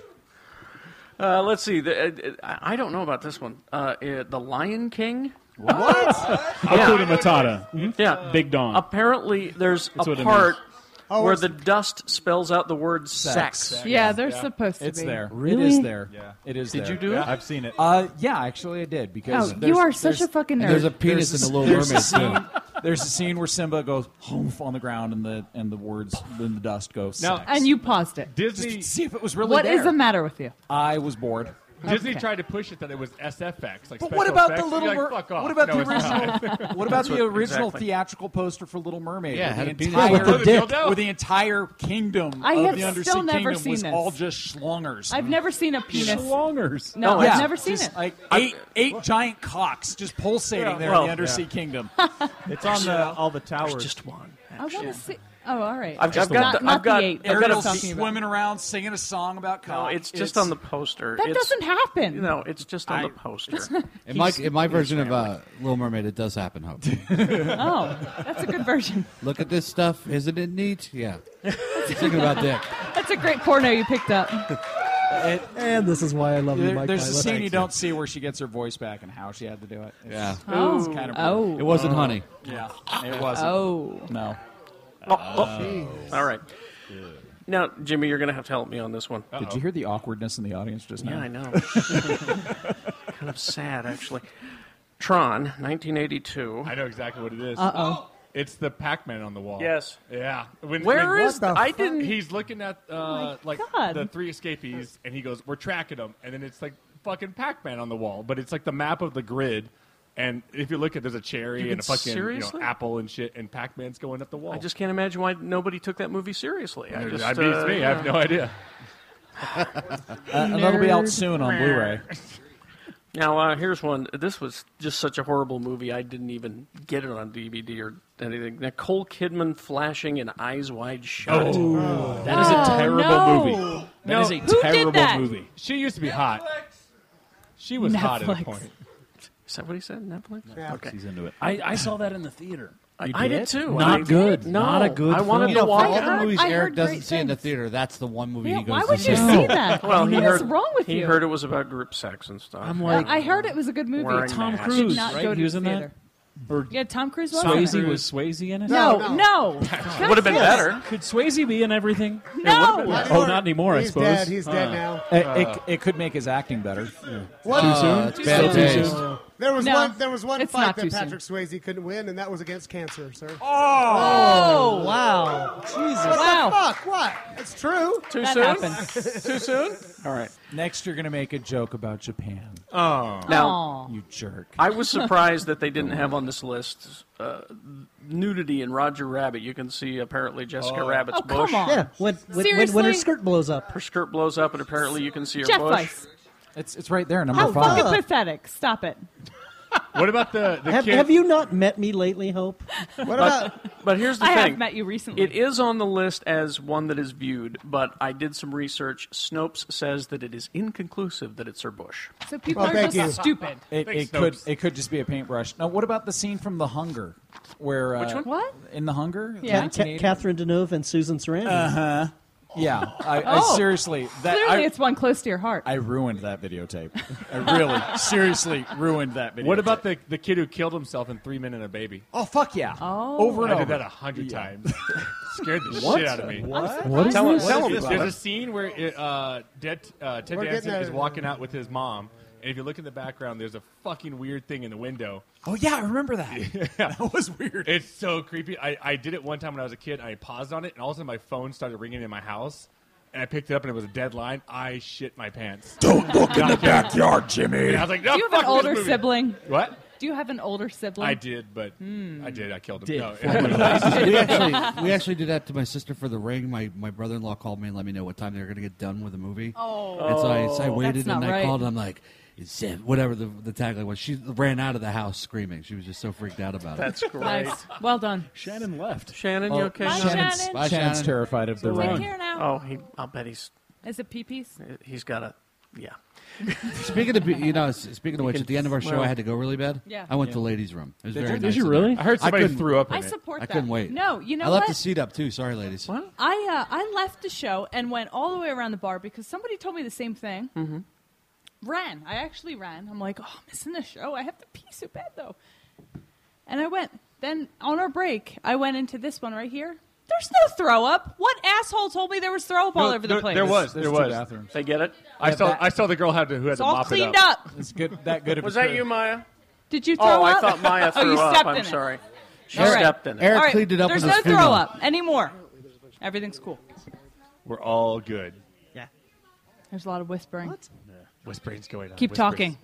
S1: Uh, let's see. The, uh, uh, I don't know about this one. Uh, uh, the Lion King. What?
S22: Hakuna Matata.
S1: Yeah.
S22: Big Don.
S1: Apparently, there's
S22: That's
S1: a
S22: what it
S1: part
S22: means.
S17: Oh,
S1: where
S17: it's-
S1: the dust spells out the word sex.
S17: Yeah, they're supposed to
S9: It's
S17: be.
S9: there.
S17: Really?
S9: It is there.
S21: Yeah.
S9: It is
S1: Did
S9: there.
S1: you do it? Yeah,
S21: I've seen it.
S9: Uh, yeah, actually, I did. Because
S17: Oh, you
S9: there's-
S17: are such a
S9: there's-
S17: fucking And there's nerd. a
S13: penis
S9: there's
S13: in
S9: a-
S13: The Little
S9: there's a
S13: Mermaid,
S9: scene- There's a scene where Simba goes "Humph" on the ground, and the and the words in the dust go.
S6: Now-
S9: sex.
S17: And you paused it.
S6: Disney-
S9: Just to see if it was really
S17: What is
S9: there.
S17: the matter with you?
S9: I was bored.
S6: Disney tried to push it that it was SFX. Like
S9: But what
S6: special
S9: about the
S6: effects.
S9: little?
S6: You're
S9: mer-
S6: Like, Fuck off.
S9: what about
S6: No,
S9: the
S6: it's not.
S9: original? what about
S6: That's
S9: the original
S6: exactly.
S9: theatrical poster for Little Mermaid?
S6: Yeah, it had
S9: where
S6: a
S9: the
S6: penis.
S9: entire,
S6: Yeah, with the dick.
S9: where the entire kingdom
S17: I
S9: of
S17: have
S9: the Undersea
S17: still never
S9: Kingdom
S17: seen
S9: was
S17: this.
S9: all just schlongers.
S17: I've never seen a penis.
S9: Schlongers.
S17: No, I've
S9: yeah,
S17: never seen
S9: just
S17: it.
S9: Like eight, eight giant cocks just pulsating
S21: Yeah,
S9: there
S21: well,
S9: in the Undersea
S21: yeah.
S9: Kingdom.
S21: It's on the all the towers.
S1: just one.
S17: I want to see. Oh, all right.
S1: I've, I've got.
S17: not,
S1: the,
S17: not
S1: I've got.
S17: the eight.
S1: I've got
S9: Ariel
S1: a
S17: talking about.
S9: swimming around singing a song about cock.
S1: No, Oh, it's just on the poster.
S17: That
S1: It's-
S17: doesn't happen.
S1: No, it's just on the poster.
S13: In my,
S1: He's-
S13: in my
S1: he's
S13: version of
S1: rambling.
S13: uh, Little Mermaid, it does happen, Hope.
S17: Oh, that's a good version.
S13: Look at this stuff. Isn't it neat? Yeah. Thinking about dick.
S17: That's a great porno you picked up.
S5: and this is why I love you,
S9: There-
S5: Mike.
S9: there's a
S5: Violet.
S9: scene you don't see where she gets her voice back and how she had to do it. It's
S13: Yeah.
S9: just- it
S17: Oh.
S9: was kind of
S17: Oh.
S9: weird.
S13: It wasn't honey.
S9: Yeah, it wasn't.
S17: Oh.
S9: No.
S1: Oh, oh. All right. Now, Jimmy, you're going to have to help me on this one.
S9: Did you hear the awkwardness in the audience just now?
S1: Yeah, I know. kind of sad, actually. Tron, 1982. I
S6: know exactly what it is. Oh.
S1: Uh-oh.
S6: It's the Pac-Man on the wall.
S1: Yes.
S6: Yeah.
S1: Where
S6: Where
S1: is
S6: is?
S1: the- I didn't-
S6: He's looking at uh,
S1: Oh my
S6: like
S1: God.
S6: the three escapees, and he goes, "We're tracking them," and then it's like fucking Pac-Man on the wall, but it's like the map of the grid. And if you look at, there's a cherry
S1: Dude,
S6: and a fucking you know,
S1: seriously?
S6: apple and shit, and Pac-Man's going up the wall.
S1: I just can't imagine why nobody took that movie seriously. I
S6: It
S1: just,
S6: beats
S1: uh,
S6: me. I have
S1: yeah.
S6: no idea. Uh,
S9: and Uh, that'll be out soon on
S1: Nerd.
S9: Blu-ray.
S1: Now, uh, here's one. This was just such a horrible movie. I didn't even get it on DVD or anything. Nicole Kidman flashing and eyes wide shut.
S6: Oh. That is a Oh, terrible no. movie. That is a Who did terrible that? movie. She used to be hot. She was hot at a
S1: Netflix.
S6: point.
S1: Is that what he said? Netflix? Okay.
S9: He's into it.
S23: I, I saw that in the theater.
S1: You I did did? too.
S13: Not
S1: I-
S13: good.
S1: No.
S13: Not a good.
S1: I
S13: film.
S1: wanted to
S13: you know,
S1: watch
S13: all
S1: it. I
S13: the movies
S1: heard- I
S13: Eric
S1: heard
S13: doesn't
S1: great
S13: see in the theater. That's the one movie
S17: Yeah,
S13: he goes.
S17: why
S13: to
S17: would
S13: see.
S17: you see No. that?
S1: Well,
S17: I mean,
S1: he
S17: what's
S1: heard,
S17: wrong with
S1: he
S17: you?
S1: heard it was about group sex and stuff.
S9: I'm
S17: Well, I heard it was a good movie.
S1: Wearing
S9: Tom
S1: masks.
S9: Cruise,
S17: Not
S9: right?
S17: go to
S9: he was
S17: the
S9: in
S17: theater.
S9: that. Or
S17: Yeah, Tom Cruise was in
S9: Swayze
S17: it.
S9: was Swayze in it?
S17: No, No, no. no.
S1: Would have been better.
S9: Could Swayze be in everything?
S17: No.
S8: Not
S9: Oh,
S8: anymore.
S9: not anymore.
S8: He's
S9: I suppose Uh-huh.
S8: dead. He's dead now.
S9: It, it, it could make his acting better.
S8: What?
S9: Too
S8: Uh,
S9: soon?
S8: it's
S9: Still
S8: bad
S9: too
S8: taste.
S9: soon?
S8: There was
S17: No,
S8: one. There was one
S17: it's
S8: fight
S17: not too
S8: that
S17: soon.
S8: Patrick Swayze couldn't win, and that was against cancer, sir. Oh,
S17: Oh. wow. Jesus.
S8: What
S17: Wow.
S8: the fuck? What? It's true.
S17: Too That soon? happened.
S1: Too soon?
S9: All right. Next, you're going to make a joke about Japan.
S1: Oh. Now-
S9: you jerk.
S1: I was surprised that they didn't have on this list uh, nudity in Roger Rabbit. You can see apparently Jessica
S5: Oh.
S1: Rabbit's
S5: Oh, come
S1: bush.
S5: on. Yeah, when- when-
S17: when- when her skirt
S9: blows up.
S1: Her skirt blows up, and apparently you can see her
S17: Jeff
S1: bush.
S17: Weiss.
S9: It's, it's right there, number
S17: How
S9: five.
S17: fucking pathetic. Stop it.
S6: What about the,
S5: have, have you not met me lately, Hope?
S1: What about? But, but here's the
S17: I
S1: thing.
S17: have met you recently.
S1: It is on the list as one that is viewed, but I did some research. Snopes says that it is inconclusive that it's her bush.
S17: So people are just stupid.
S9: It, it could it could just be a paintbrush. Now, what about the scene from The Hunger, where uh,
S17: Which one? What?
S9: in The Hunger?
S5: Yeah, Ca-
S9: 1980?
S5: Catherine Deneuve and Susan Sarandon.
S9: Uh
S1: Uh-huh.
S9: huh. Yeah. I, I
S17: Oh.
S9: seriously that
S17: Clearly,
S9: I,
S17: it's one close to your heart.
S9: I ruined that videotape. I really seriously ruined that video.
S6: What about the, the kid who killed himself in Three Men and a Baby?
S9: Oh fuck yeah!
S17: Oh.
S9: Over and
S6: I
S9: over.
S6: did that a hundred
S9: Yeah.
S6: times. Scared the
S9: What?
S6: shit out of me.
S9: What? I'm What is
S6: Tell him-
S9: this?
S6: tell
S9: What
S6: him
S9: is
S6: about
S9: this?
S6: There's a scene where it, uh, Dead, uh, Ted
S9: We're
S6: Danson
S9: getting
S6: is
S9: out-
S6: walking out with his mom, and if you look in the background, there's a fucking weird thing in the window.
S9: Oh yeah, I remember that.
S6: That
S9: was weird.
S6: It's so creepy. I, I did it one time when I was a kid. I paused on it, and all of a sudden my phone started ringing in my house. And I picked it up, and it was a dead line. I shit my pants. Don't look in the
S9: backyard,
S6: Jimmy. I was like, no,
S17: Do you have
S6: fuck
S17: an older
S6: this movie.
S17: sibling?
S6: What?
S17: Do you have an older sibling?
S6: I did, but I did. I killed him.
S17: Did.
S6: No.
S13: we actually we actually did that to my sister for the ring. My my brother in law called me and let me know what time they were going to get done with the movie.
S17: Oh.
S13: and so I, so I
S17: That's
S13: waited
S17: not
S13: and I
S17: right.
S13: called and I'm like, it's seven- whatever the the tagline was. She ran out of the house screaming. She was just so freaked out about
S1: That's
S13: it.
S1: great.
S17: Nice. Well done.
S9: Shannon left.
S1: Shannon,
S13: Oh,
S1: you okay?
S13: Bye, Shannon's- Shannon. bye, Shannon's Shannon.
S9: terrified of the
S1: He's
S9: rain.
S1: like,
S17: Here now.
S1: Oh, he, I'll bet he's
S17: Is it peepees?
S1: he's got a yeah.
S13: Speaking of you know, s- speaking of which,
S1: can-
S13: at the end of our show,
S1: well-
S13: I had to go really bad.
S17: Yeah.
S13: I went
S17: Yeah.
S13: to ladies' room. It was
S9: Did
S13: very
S9: you- did
S13: nice
S9: you
S13: in
S9: really?
S13: there.
S9: I heard somebody
S13: couldn't-
S9: threw up in
S17: I it. support
S13: I
S17: that.
S13: couldn't wait.
S17: No, you know
S13: I left
S17: what?
S13: the seat up too. Sorry, ladies. What?
S17: I uh, I left the show and went all the way around the bar because somebody told me the same thing.
S13: Mm-hmm.
S17: Ran. I actually ran. I'm like, oh, I'm missing the show. I have to pee so bad though. And I went. Then on our break, I went into this one right here. There's no throw up. What asshole told me there was throw up all
S6: No,
S17: over the
S6: there-
S17: place?
S6: There was. There was.
S1: They get it.
S6: I
S1: Yeah,
S6: saw.
S1: that-
S6: I saw the girl had to, who had
S17: It's
S6: to
S17: all
S6: mop
S17: cleaned
S6: it up.
S17: up.
S9: It's good. That good. Of
S1: Was that you, Maya?
S17: Did you throw
S1: Oh,
S17: up?
S1: I thought Maya
S17: oh,
S1: threw
S17: you
S1: up.
S17: Stepped
S1: I'm
S17: in it.
S1: sorry. She
S17: All right.
S1: stepped in it.
S17: All right. There's no
S1: food.
S17: throw up anymore. Everything's cool.
S6: We're all good.
S5: Yeah.
S17: There's a lot of whispering.
S6: Whispering's going on.
S17: Keep
S6: Whispers.
S17: talking.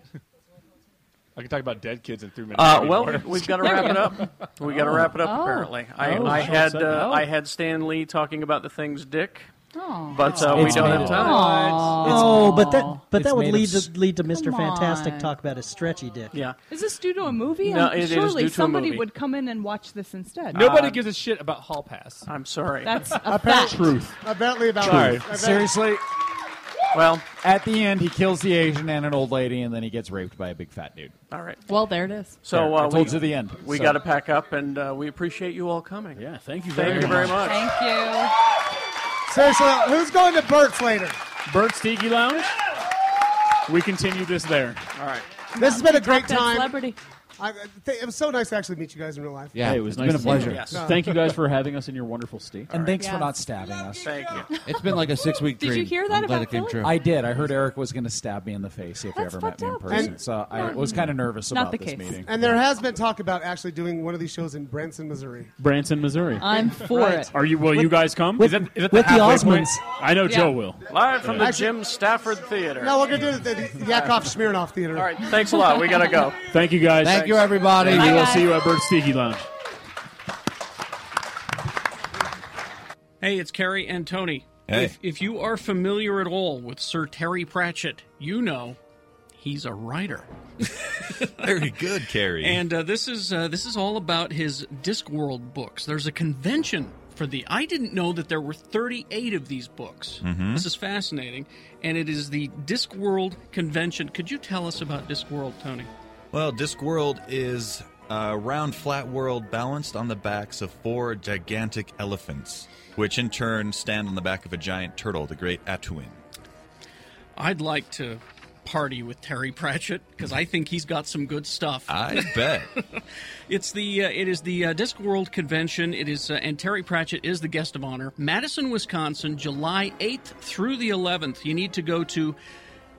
S6: I can talk about dead kids in three minutes.
S1: Uh,
S6: Maybe
S1: well,
S6: more.
S1: we've got to wrap it up. We got to wrap it up.
S6: Oh.
S1: Apparently, I,
S6: Oh,
S1: I
S6: short
S1: had
S6: segment.
S1: uh,
S6: Oh.
S1: I had Stan Lee talking about the things Dick,
S17: Oh.
S1: but uh, we
S5: It's
S1: don't
S5: made
S1: have
S5: up.
S1: time.
S5: Oh, but that but
S1: It's
S5: that would
S1: made of
S5: lead
S1: s-
S5: to lead to Mr.
S17: Come
S5: Fantastic
S17: on.
S5: talk about his stretchy dick.
S1: Yeah.
S17: Is this due to a movie?
S1: No,
S17: I'm-
S1: it is
S17: Surely
S1: due to a
S17: somebody
S1: movie.
S17: would come in and watch this instead.
S6: Nobody gives a shit about Hall Pass.
S1: I'm sorry.
S17: That's a Apparently- fact.
S9: Truth.
S8: Apparently about
S9: Sorry.
S8: about-
S9: Seriously.
S1: Well,
S9: at the end, he kills the Asian and an old lady, and then he gets raped by a big fat dude.
S1: All right.
S17: Well, there it is.
S1: So
S9: There,
S1: uh,
S9: I told
S1: we,
S9: you the end,
S1: We
S9: so.
S1: got to pack up, and uh, we appreciate you all coming. Yeah,
S23: thank
S1: thank you very much.
S17: Thank
S8: Seriously, who's going to Burt's later?
S23: Bert's Tiki Lounge. We continue this there.
S1: All right.
S8: This has been a great
S17: that
S8: time.
S17: celebrity.
S8: I, I th- it was so nice to actually meet you guys in real life.
S13: Yeah,
S24: Hey, it was
S13: it's
S24: nice
S13: been a
S24: to meet you.
S13: pleasure.
S24: Yes.
S8: No.
S24: Thank you guys for having us in your wonderful state.
S9: And thanks
S8: Yeah.
S9: for not stabbing us.
S25: Thank you.
S13: It's been like a six week
S17: Did you
S13: dream.
S17: hear that
S13: I'm glad
S17: about
S13: it came
S17: Philly?
S13: true.
S9: I did. I heard Eric was going to stab me in the face if
S8: That's
S9: he ever met me in
S8: fucked up.
S9: person.
S8: And-
S9: so I was kind of nervous
S8: Not
S9: about
S8: the
S9: this
S8: case.
S9: meeting.
S8: And there has been talk about actually doing one of these shows in Branson, Missouri.
S24: Branson, Missouri.
S8: I'm for Right. it.
S24: Are you? Will you guys come? is that, is that
S8: with the
S24: halfway point?
S8: Osmonds.
S24: I know
S8: Yeah.
S24: Joe will.
S25: Live from the
S8: Actually-
S25: Jim Stafford Theater.
S8: No, we're gonna do it at the Yakov Smirnoff Theater. All right,
S25: Thanks a lot. We gotta go.
S24: Thank you guys.
S25: Thank you, everybody.
S24: And
S25: Bye,
S24: we will
S25: guys.
S24: see you at Bert Steaky Lounge.
S1: Hey, it's Carrie and Tony.
S21: Hey.
S1: If, if you are familiar at all with Sir Terry Pratchett, you know he's a writer.
S4: Very good, Carrie.
S1: And uh, this is uh, this is all about his Discworld books. There's a convention for the. I didn't know that there were 38 of these books.
S21: Mm-hmm.
S4: Mhm.
S1: This is fascinating, and it is the Discworld convention. Could you tell us about Discworld, Tony?
S21: Well, Discworld is a round, flat world balanced on the backs of four gigantic elephants, which in turn stand on the back of a giant turtle, the great Atuin.
S1: I'd like to party with Terry Pratchett because I think he's got some good stuff.
S21: I bet.
S1: It's the uh, it is the uh, Discworld convention. It is uh, and Terry Pratchett is the guest of honor. Madison, Wisconsin, July 8th through the 11th. You need to go to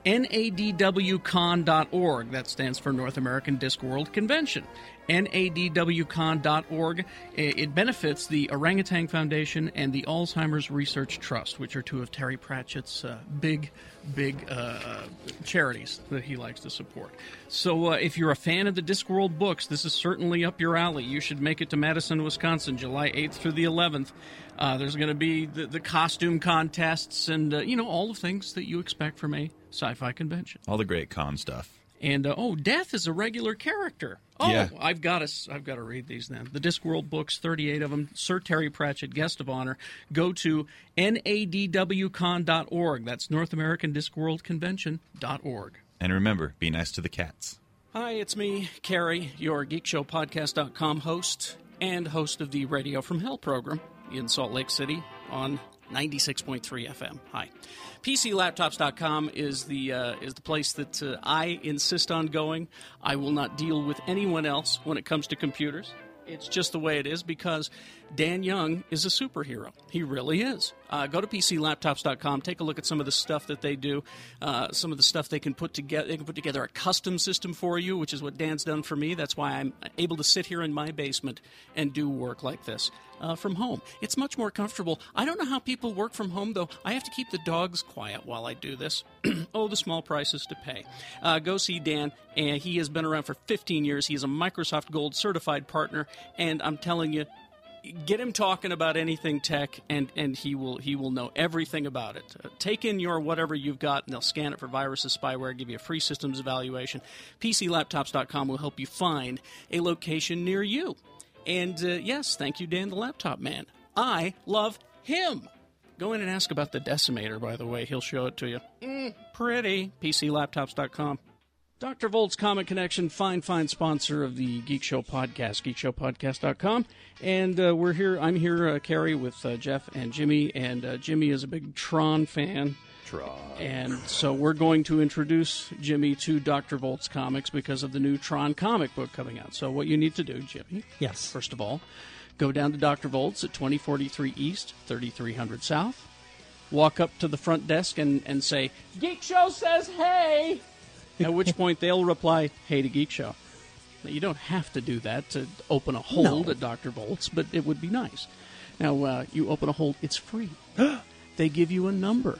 S1: nadwcon.org. That stands for North American Discworld Convention. nadwcon.org. I- It benefits the Orangutan Foundation and the Alzheimer's Research Trust, which are two of Terry Pratchett's uh, big, big uh, uh, charities that he likes to support. So, uh, if you're a fan of the Discworld books, this is certainly up your alley. You should make it to Madison, Wisconsin, July 8th through the 11th. Uh, there's going to be the, the costume contests and, uh, you know, all the things that you expect from a sci fi convention.
S21: All the great con stuff.
S1: And uh, oh, Death is a regular character. Oh,
S21: Yeah.
S1: I've got to I've got to read these then. The Discworld books, 38 of them. Sir Terry Pratchett, guest of honor. Go to nadwcon.org. That's North American Discworld Convention.org.
S21: And remember, be nice to the cats.
S1: Hi, it's me, Carrie, your geekshowpodcast.com host and host of the Radio from Hell program in Salt Lake City on 96.3 FM. Hi. PCLaptops.com is the uh, is the place that uh, I insist on going. I will not deal with anyone else when it comes to computers. It's just the way it is because Dan Young is a superhero. He really is. Uh, go to PCLaptops.com. Take a look at some of the stuff that they do. Uh, some of the stuff they can put together. They can put together a custom system for you, which is what Dan's done for me. That's why I'm able to sit here in my basement and do work like this uh, from home. It's much more comfortable. I don't know how people work from home though. I have to keep the dogs quiet while I do this. oh, the small prices to pay. Uh, go see Dan, and he has been around for 15 years. He is a Microsoft Gold certified partner, and I'm telling you, get him talking about anything tech and and he will he will know everything about it Uh, take in your whatever you've got and they'll scan it for viruses spyware give you a free systems evaluation pclaptops.com will help you find a location near you and uh, yes thank you dan the laptop man i love him go in and ask about the decimator by the way he'll show it to you Mm, pretty pclaptops.com Dr. Volt's Comic Connection, fine, fine sponsor of the Geek Show podcast, geekshowpodcast.com. And uh, we're here, I'm here, uh, Carrie, with uh, Jeff and Jimmy. And uh, Jimmy is a big Tron fan. Tron. And so we're going to introduce Jimmy to Dr. Volt's comics because of the new Tron comic book coming out. So, what you need to do, Jimmy,
S5: Yes.
S1: first of all, go down to Dr. Volt's at 2043 East, 3300 South. Walk up to the front desk and, and say, Geek Show says hey. At which point they'll reply, "Hey to Geek Show." Now, you don't have to do that to open a hold at Doctor Volts, but it would be nice. Now uh, you open a hold; it's free. they give you a number,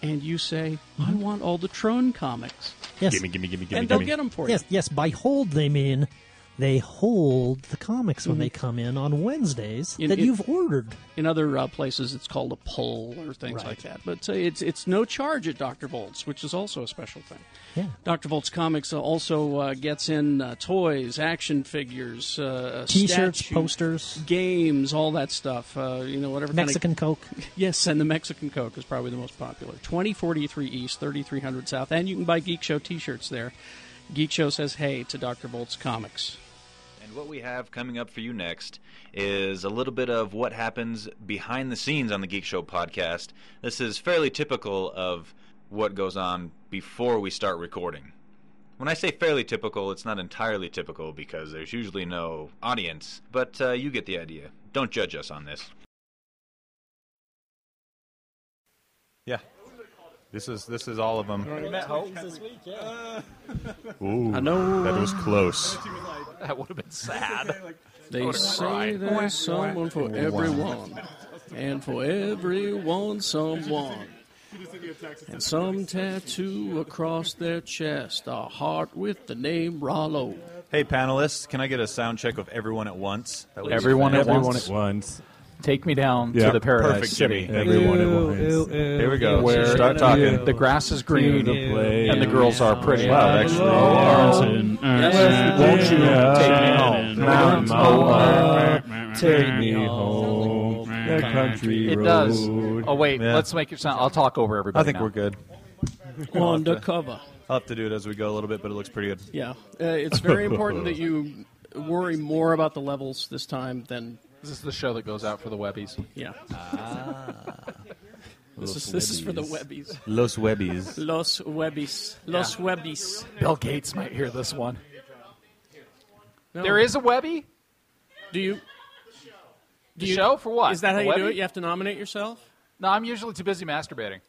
S1: and you say, "I
S5: Mm-hmm.
S1: want all the Tron comics."
S5: Yes.
S1: Gimme, gimme, gimme, gimme, And they'll gimme. get 'em for you.
S5: Yes, yes. By hold, they mean they hold the comics when they come in on Wednesdays
S1: Mm-hmm. In-
S5: that
S1: in-
S5: you've ordered.
S1: In other uh, places, it's called a pull or things
S5: Right.
S1: like that. But uh, it's it's no charge at Doctor Volts, which is also a special thing.
S5: Yeah.
S1: Doctor Volts Comics uh, also uh, gets in uh, toys, action figures, uh,
S5: T-shirts,
S1: statues,
S5: posters.
S1: games, all that stuff. Uh, you know, whatever
S5: Mexican
S1: kind
S5: Coke.
S1: of, Yes, and the Mexican Coke is probably the most popular. Twenty forty three East, thirty three hundred South, and you can buy Geek Show T-shirts there. Geek Show says hey to Doctor Volts Comics.
S21: And what we have coming up for you next is a little bit of what happens behind the scenes on the Geek Show podcast. This is fairly typical of what goes on before we start recording.
S2: When I say fairly typical, it's not entirely typical because there's usually no audience, but uh, you get the idea. Don't judge us on this. Yeah. This is this is all of them.
S26: met Holmes
S12: this week, yeah.
S2: Ooh,
S26: I know,
S2: that
S26: uh,
S2: was close.
S26: That would have been sad.
S9: Oh,
S1: They say there's someone for everyone, and for everyone, someone. And some tattoo across their chest, a heart with the name Rollo.
S2: Hey panelists, can I get a sound check of everyone at once? That would be
S9: Everyone at
S2: fantastic.
S9: once. Take me down
S2: Yeah.
S9: to the paradise
S2: Perfect,
S9: city.
S2: Jimmy. Everyone at Ew, once. ew, ew,
S9: Here we go.
S2: ew,
S9: Where
S2: Start talking.
S9: The grass is green
S2: Ew, ew,
S9: and the
S2: ew.
S9: girls are pretty.
S2: Wow, that actually- Wow.
S9: And, uh,
S2: Yes,
S9: won't you
S2: yeah.
S9: take me home?
S2: Mountain
S9: Oh,
S2: mama.
S9: uh, Take me home.
S2: The country
S9: It does.
S2: road.
S9: Oh wait,
S2: Yeah.
S9: let's make it sound. I'll talk over everybody.
S2: I think
S9: now.
S2: we're good. I'll have to-
S1: Undercover.
S2: I'll have to do it as we go a little bit, but it looks pretty good.
S1: Yeah, uh, it's very important that you worry more about the levels this time than
S9: This is the show that goes out for the Webbies. Ah.
S1: Yeah.
S2: Los
S1: this is this is for the
S2: Webbies.
S1: webbies.
S2: Los Webbies.
S1: Los Webbies. Los
S9: Yeah.
S1: Webbies.
S9: Bill Gates might hear this one.
S1: No.
S9: There is a Webby.
S1: Do you?
S9: The show for what?
S1: Is that how
S9: A
S1: you do
S9: Webby?
S1: it? You have to nominate yourself. Hmm.
S9: No, I'm usually too busy masturbating.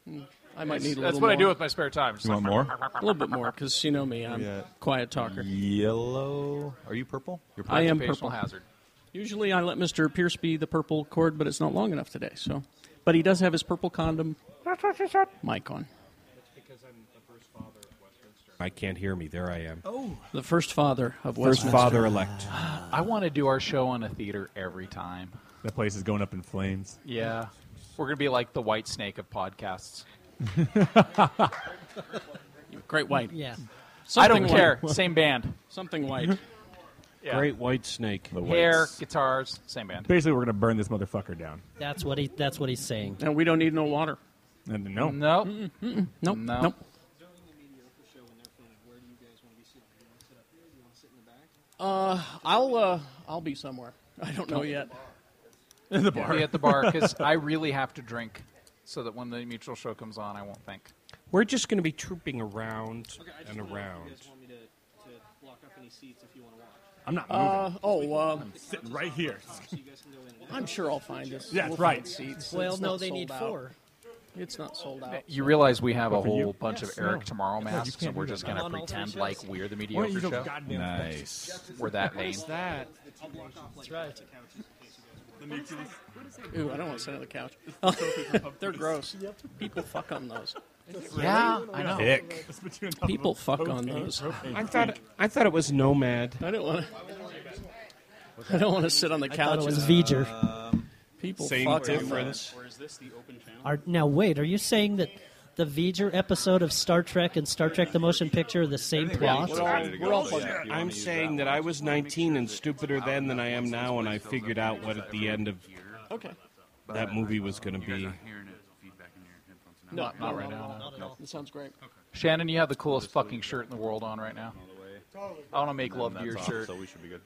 S1: I might need. A
S9: That's
S1: little
S9: what I do
S1: more.
S9: with my spare time. Just
S2: You
S9: like-
S2: want more?
S1: A little bit more, because you know me, I'm quiet talker.
S2: Yellow. Are you purple? You're
S1: I am
S9: Occupational
S1: purple.
S9: hazard.
S1: Usually, I let Mister Pierce be the purple cord, but it's not long enough today. So, but he does have his purple condom
S12: That's what she said.
S1: mic on.
S18: I can't hear me. There I am.
S9: Oh.
S1: The first father of
S18: First
S1: Westminster.
S18: father-elect.
S9: I want to do our show on a theater every time.
S27: That place is going up in flames.
S9: Yeah. We're going to be like the white snake of podcasts.
S1: Great white.
S9: Yeah.
S1: Something
S9: I don't
S1: white.
S9: care. Same band.
S1: Something white.
S9: Yeah.
S18: Great white snake.
S9: Hair, guitars, same band.
S27: Basically, we're going to burn this motherfucker down.
S5: That's what he. That's what he's saying.
S1: And we don't need no water.
S27: And no.
S9: No.
S1: Nope.
S9: No.
S1: Nope. Uh, I'll uh, I'll be somewhere. I don't know yet.
S9: In
S1: the bar.
S9: Be at the bar because I really have to drink so that when the mutual show comes on, I won't think.
S18: We're just going to be trooping around and around.
S27: I'm not moving.
S1: Uh, oh, uh, I'm
S27: sitting right here.
S1: I'm sure I'll find us.
S27: Yeah,
S1: we'll
S27: right.
S1: Find seats.
S5: Well,
S1: It's
S5: no,
S1: not
S5: they
S1: sold
S5: need
S1: out.
S5: four.
S1: It's not sold out.
S9: You realize we have a
S1: Good for
S9: whole
S1: you.
S9: bunch
S1: Yes,
S9: of Eric
S1: no.
S9: Tomorrow
S1: No, you
S9: masks,
S1: can't
S9: and we're
S1: do
S9: just
S1: that.
S9: going
S1: On
S9: to
S1: all three
S9: pretend
S1: shows.
S9: like we're the
S1: Why
S9: mediocre
S1: don't you go
S9: show.
S1: goddamn
S18: Nice.
S9: We're that lame.
S1: that?
S5: That's right.
S1: Ooh, I don't want to sit on the couch. They're gross. People fuck on those.
S9: Yeah, I know. Thick.
S1: People fuck on those.
S18: I thought I thought it was Nomad.
S1: I don't want to. I don't want to sit on the
S5: I thought
S1: couch.
S5: it was
S1: and-
S5: V'ger.
S1: People
S18: Same
S1: fuck on
S18: difference.
S1: those.
S28: Or is this the open channel?
S5: Are, now wait, are you saying that the V'ger episode of Star Trek and Star Trek: The Motion Picture are the same plot?
S18: I'm saying that I was 19 and stupider then than I am now, and I figured out what at the end of
S1: Okay.
S18: that movie was going to be.
S1: No,
S9: Not-
S1: no,
S9: not right
S1: no,
S9: now,
S1: no,
S9: no,
S1: no,
S9: no.
S1: That sounds great.
S9: Shannon, you have the coolest fucking shirt in the world on right now. I want to make love to your shirt.
S2: So we should be good.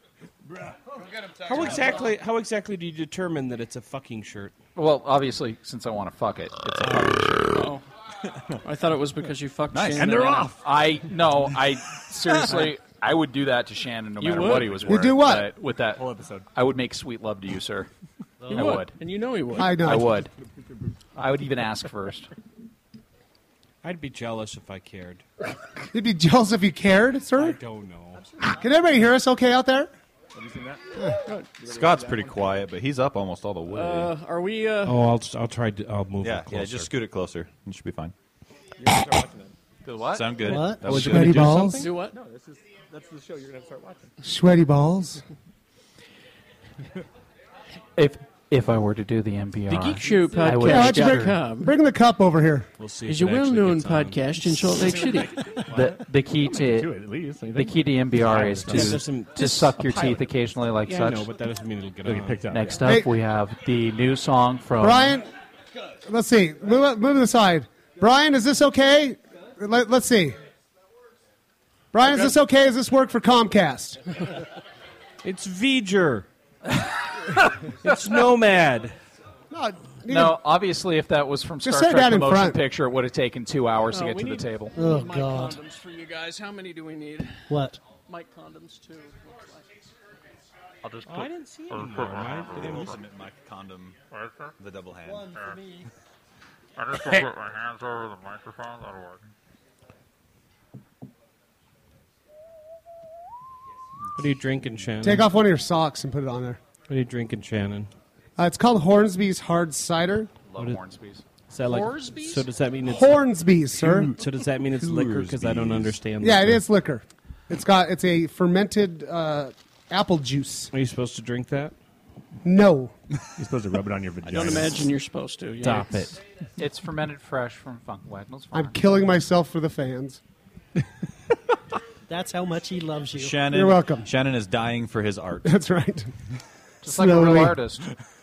S18: How exactly? How exactly do you determine that it's a fucking shirt?
S9: Well, obviously, since I want to fuck it, it's a fucking shirt.
S1: Oh. I thought it was because you fucked Shannon.
S9: I no, I seriously, I would do that to Shannon no
S1: You
S9: matter
S1: would?
S9: what he was
S1: You
S9: wearing.
S1: do what?
S9: but With that whole episode, I would make sweet love to you, sir.
S1: You
S9: I
S1: would.
S9: would.
S1: And you know he would.
S9: I would. I would even ask first.
S18: I'd be jealous if I cared.
S8: You'd be jealous if you cared,
S18: I
S8: sir.
S18: don't know.
S8: Can everybody hear us? Okay, out there.
S2: Scott's pretty quiet, but he's up almost all the way.
S1: Uh, are we? Uh,
S18: Oh, I'll I'll try to I'll move.
S2: yeah,
S18: it
S2: yeah.
S18: closer.
S2: Just scoot it closer. You should be fine.
S9: Good what?
S2: Sound good?
S8: What?
S2: That was
S8: Sweaty
S2: good.
S8: balls?
S1: Do what?
S27: No, this is that's the show you're going to start watching.
S8: Sweaty balls.
S9: If if I were to do the NPR,
S1: The Geek Show
S9: I would
S8: Yeah,
S1: podcast.
S8: let's bring-
S1: Come.
S8: Bring the cup over here.
S18: We'll see.
S1: Is a well-known podcast in Salt Lake City.
S9: the the key
S18: Do
S9: to
S18: it, at least.
S9: the key to NPR is
S18: Yeah, there's
S9: to,
S18: some-
S9: to suck your teeth occasionally like
S18: Yeah, I
S9: such.
S18: know, but that doesn't mean it'll get on.
S9: Next
S8: yeah.
S9: up,
S8: Hey.
S9: we have the new song from
S8: Brian, let's see. Move, move to the side. Brian, is this okay? Let, us see. Brian, is this okay? Does this work for Comcast?
S18: It's V'ger. it's Nomad.
S8: No,
S9: No, obviously, if that was from
S8: Just
S9: Star
S8: sit
S9: Trek
S8: down
S9: the
S8: in
S9: motion
S8: front.
S9: picture, it would have taken two hours
S1: Oh,
S9: to get
S1: we
S9: to
S1: need-
S9: the table.
S1: we need mic Condoms for you guys. How many do we need?
S5: What?
S1: Mic condoms too. looks like.
S9: I'll just
S1: Oh, put- I didn't see any.
S29: Mine. They didn't use
S21: Ultimate mic condom, the double hand.
S29: One for
S5: me.
S6: I just gonna put my hands over the microphone. That'll work.
S18: What are you drinking, Shannon?
S8: Take off one of your socks and put it on there.
S18: What are you drinking, Shannon?
S8: Uh, it's called Hornsby's Hard Cider.
S18: Love
S9: Hornsby's.
S18: Is that like,
S8: Hornsby's?
S18: so does that mean it's
S8: Hornsby's, sir.
S18: So does that mean it's liquor? Because I don't understand.
S8: Yeah, it
S18: liquor.
S8: is liquor. It's got it's a fermented uh, apple juice.
S18: Are you supposed to drink that?
S8: No.
S18: You're supposed to rub it on your vagina.
S1: I don't imagine you're supposed to. Yeah.
S18: Stop it.
S9: It's fermented fresh from Funk Wagnalls.
S8: I'm killing myself for the fans.
S5: That's how much he loves you.
S21: Shannon,
S8: You're welcome.
S21: Shannon is dying for his art.
S8: That's right.
S9: Just like a real
S8: Slowly.
S9: artist.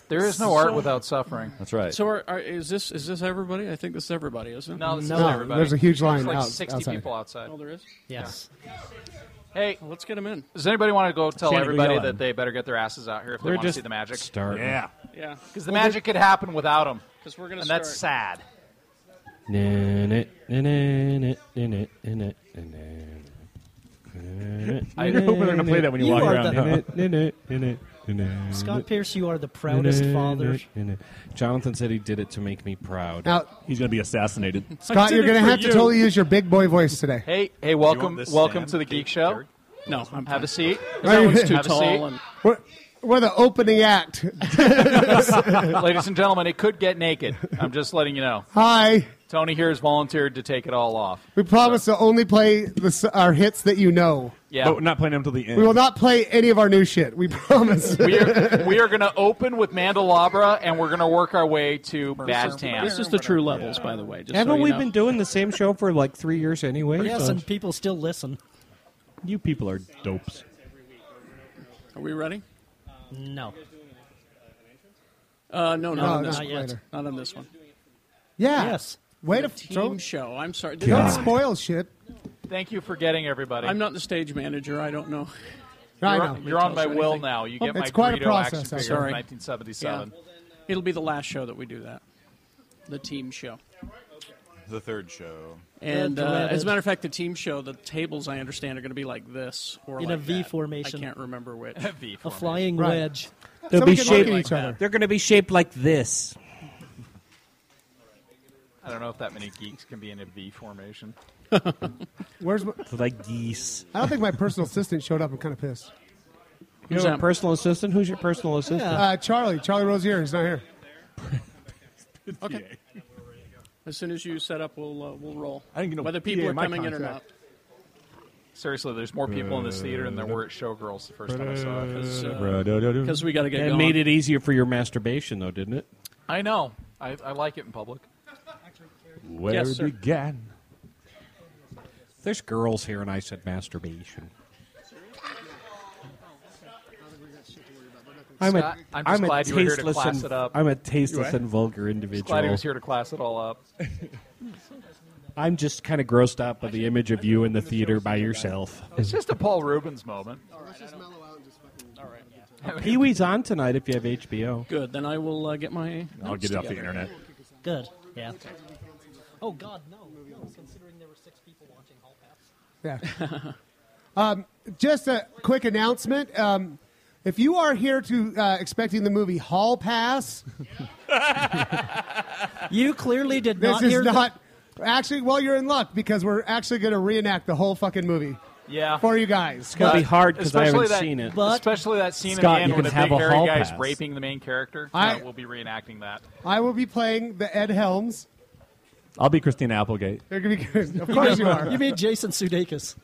S9: There is no art without suffering.
S21: That's right.
S1: So are, are, is this is this everybody? I think this is everybody, isn't it?
S9: No, this
S8: No,
S9: is everybody.
S8: there's a huge line
S9: There's like
S8: out-
S9: 60
S8: outside.
S9: people outside.
S1: Oh, there is?
S5: Yes.
S9: Hey,
S1: let's get them in.
S9: Does anybody want to go tell
S1: Shannon, go
S9: everybody
S1: yell at
S9: that
S1: him.
S9: they better get their asses out here if
S1: We're
S9: they want to
S1: just
S9: see the magic?
S1: starting. Yeah. Yeah.
S9: Because the
S1: Well,
S9: magic
S1: they're-
S9: could happen without them.
S1: 'Cause we're gonna
S9: And that's sad.
S18: I
S30: hope we're gonna play that when you walk around,
S5: huh? Scott Pierce, you are the proudest father.
S18: Jonathan said he did it to make me proud.
S5: Now-
S18: He's going to be assassinated.
S8: Scott, you're going to have to totally use your big boy voice today.
S9: Hey, hey, welcome, welcome to the Geek Show.
S1: No,
S9: have a seat.
S8: Right.
S9: have a seat.
S8: We're, we're the opening act.
S9: Ladies and gentlemen, it could get naked. I'm just letting you know.
S8: Hi.
S9: Tony here has volunteered to take it all off.
S8: We promise to only play the, s- our hits that you know.
S9: Yeah,
S18: but we're not playing them till the end.
S8: We will not play any of our new shit. We promise.
S9: we are, we are going to open with Mandalabra, and we're going to work our way to Baz Tam.
S1: This is the true levels, by the way. Just
S18: Haven't
S1: so you
S18: we
S1: know.
S18: been doing the same show for like three years anyway?
S5: Yes,
S18: So-
S5: and people still listen.
S18: you people are dopes.
S1: Are we ready?
S5: No.
S1: Uh, no, not
S5: No,
S1: on
S5: no,
S1: this
S5: not
S1: one.
S5: yet.
S1: Not on this one.
S8: Yeah.
S5: Yes.
S8: Way
S1: The
S8: to throw-
S1: team show. I'm sorry. Did
S8: Don't
S1: I-
S8: spoil shit.
S9: Thank you for getting everybody.
S1: I'm not the stage manager. I don't know.
S9: You're, on- you're on my will now. You get my
S1: It's quite a
S9: Greedo
S1: process,
S9: action figure
S1: sorry.
S9: from 1977.
S1: Yeah. It'll be the last show that we do that. The team show.
S21: The third show.
S1: And uh,
S21: Beloved.
S1: as a matter of fact, the team show, the tables I understand are going to be like this or
S5: In
S1: like
S5: a V
S1: that.
S5: formation.
S1: I can't remember which.
S5: A flying
S1: Right.
S5: wedge.
S18: They'll be
S1: Somebody
S18: shaped
S1: can look at each other.
S18: They're going to be shaped like this.
S9: I don't know if that many geeks can be in a V formation.
S8: Where's my,
S18: like geese.
S8: I don't think my personal assistant showed up. I'm kind of pissed.
S18: You have a personal assistant? Who's your personal assistant?
S8: Uh, Charlie, Charlie Rosier, he's not here.
S1: Okay. As soon as you set up, we'll uh, we'll roll.
S18: I didn't get no
S1: Whether
S18: PA
S1: people
S18: in
S1: are
S18: my
S1: coming in or not.
S18: contract.
S9: Seriously, there's more people in
S18: Uh,
S9: this theater than there were at Showgirls the first time I saw it.
S1: Because we got to get
S18: That
S1: going.
S18: made it easier for your masturbation, though, didn't it?
S9: I know. I, I like it in public.
S18: Where
S1: Yes, sir.
S18: began. There's girls here, and I said masturbation. I'm
S9: Scott,
S18: a,
S9: I'm just
S18: I'm a
S9: glad you were here to
S18: tasteless
S9: class
S18: and,
S9: it up.
S18: I'm a tasteless
S9: What?
S18: and vulgar
S9: Just glad he
S18: individual.
S9: was here to class it all up.
S18: I'm just kind of grossed out by the image of you in the theater by yourself.
S9: It's just a Paul Rubens moment.
S18: Pee Wee's on tonight if you have HBO.
S1: Good. Then I will uh, get my. notes together.
S5: Good. Yeah. Oh God, no. no considering there were six people watching Hall Pass.
S8: Yeah. um, just a quick announcement. Um, if you are here to uh, expecting the movie Hall Pass,
S5: you clearly did
S8: this
S5: not
S8: is
S5: hear the-
S8: not actually. Well, you're in luck because we're actually going to reenact the whole fucking movie.
S9: Yeah.
S8: for you guys.
S18: gonna be hard
S8: 'cause
S18: because I haven't
S9: that,
S18: seen it.
S9: especially that scene
S18: Scott,
S9: in the end
S18: you
S9: when the
S18: can
S9: big
S18: have a
S9: hairy
S18: hall
S9: guy's
S18: pass.
S9: raping the main character.
S8: I-
S9: Yeah, we'll be reenacting that.
S8: I will be playing the Ed Helms.
S18: I'll be Christina Applegate.
S8: They're gonna be good. Of course you are.
S5: You mean Jason Sudeikis?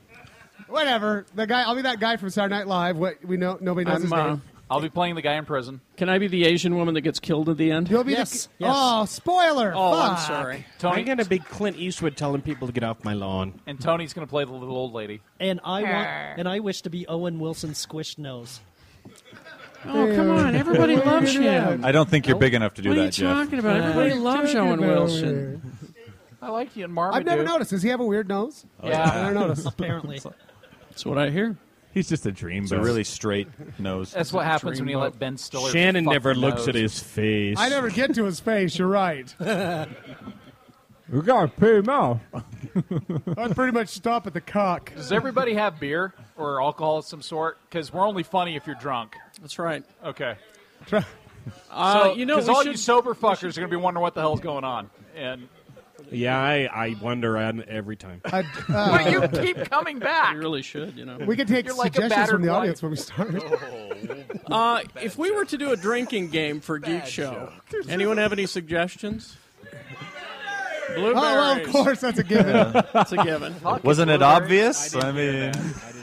S8: Whatever. The guy. I'll be that guy from Saturday Night Live. What we know. Nobody knows
S1: I'm,
S8: his
S1: uh,
S8: name.
S9: I'll be playing the guy in prison.
S1: Can I be the Asian woman that gets killed at the end? You'll
S8: be the- Yes, yes. Oh, spoiler!
S1: Oh, I'm sorry.
S18: I'm going to be Clint Eastwood telling people to get off my lawn.
S9: And Tony's going to play the little old lady.
S5: And I want, and I wish to be Owen Wilson squished nose.
S1: Oh, come on. Everybody loves him.
S21: I don't think you're big enough to do
S1: What are
S21: that,
S1: you
S21: Jeff.
S1: talking about? Everybody loves Owen Wilson.
S9: I like you and
S8: I've
S9: Marmaduke.
S8: Oh,
S6: Oh,
S8: never noticed. Does he have a weird nose?
S9: Yeah.
S8: I never noticed.
S5: Apparently.
S1: That's what I hear.
S6: He's just a dream.
S21: It's a
S6: bus.
S21: really straight nose.
S9: That's what happens when you let Ben Stiller.
S18: Shannon
S9: fuck
S18: never
S9: your
S18: looks
S9: nose.
S18: at his face.
S8: I never get to his face. You're right. I
S18: We gotta pay him out.
S8: pretty much stop at the cock.
S9: Does everybody have beer or alcohol of some sort? Because we're only funny if you're drunk.
S31: That's right.
S9: Okay.
S31: Uh,
S9: so,
S31: you know,
S9: 'cause
S31: we
S9: all you
S31: should-
S9: sober fuckers are going to be wondering what the hell's going on. And
S18: Yeah, I, I wonder on every time.
S9: but you keep coming back.
S31: You really should, you know.
S8: We can take
S9: You're like a
S8: suggestions from
S9: battered
S8: the
S9: wife.
S8: audience when we start.
S1: Uh, if we were to do a drinking game for Geek Show, anyone have any suggestions? Blueberries.
S8: Oh, well, of course, that's a given. Yeah.
S1: That's a given.
S21: Wasn't it obvious? I, mean,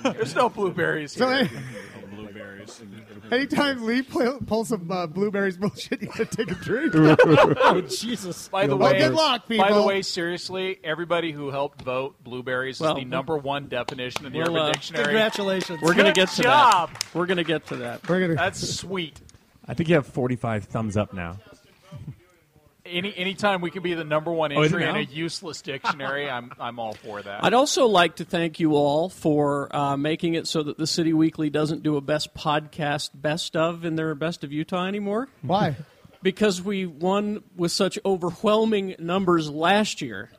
S9: There's no blueberries
S8: So,
S9: here.
S18: blueberries.
S8: Anytime Lee pl- pulls some uh, blueberries bullshit, you gotta take a drink.
S9: Oh,
S5: Jesus.
S9: By the
S8: Oh,
S9: way,
S8: good luck, people.
S9: By the way, seriously, everybody who helped vote blueberries
S31: Well,
S9: is the number one definition in the
S31: Well,
S9: Urban
S31: uh,
S9: Dictionary.
S31: congratulations. We're gonna
S9: Good
S31: get to that.
S9: job.
S31: We're going to get to that.
S9: That's sweet.
S6: I think you have 45 thumbs up now.
S9: Any anytime we can be the number one
S1: Oh, is it
S9: entry in
S1: now?
S9: a useless dictionary, I'm I'm all for that.
S1: I'd also like to thank you all for uh, making it so that the City Weekly doesn't do a best podcast best of in their best of Utah anymore.
S8: Why?
S1: Because we won with such overwhelming numbers last year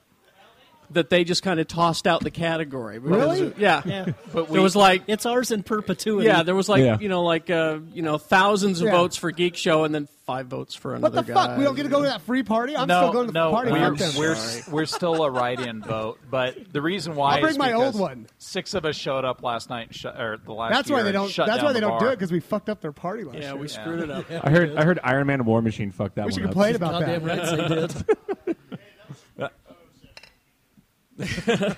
S1: that they just kind of tossed out the category. Because-
S5: Really?
S1: Yeah.
S5: Yeah.
S1: But
S5: But
S1: it
S5: we-
S1: was like
S5: it's ours in perpetuity.
S1: Yeah, there was like
S5: Yeah.
S1: you know like uh, you know thousands of
S8: Yeah.
S1: votes for Geek Show and then five votes for
S8: what
S1: another
S8: the
S1: guy.
S8: fuck? We don't get to go to that free party? I'm
S9: no,
S8: still going to the
S9: no,
S8: party.
S9: we're
S8: Fuck them.
S9: we're, s- we're still a write-in vote, but the reason why
S8: I'll bring
S9: is
S8: my old
S9: because
S8: one.
S9: Six of us showed up last night, and shut or the last.
S8: That's
S9: year
S8: why they
S9: and
S8: don't.
S9: shut
S8: That's
S9: down
S8: why they
S9: the
S8: don't
S9: bar.
S8: do it because we fucked up their party last year.
S1: Yeah, we screwed it up.
S6: I heard I heard Iron Man and War Machine fucked that
S8: We should
S6: one
S8: complain
S6: up.
S8: about that.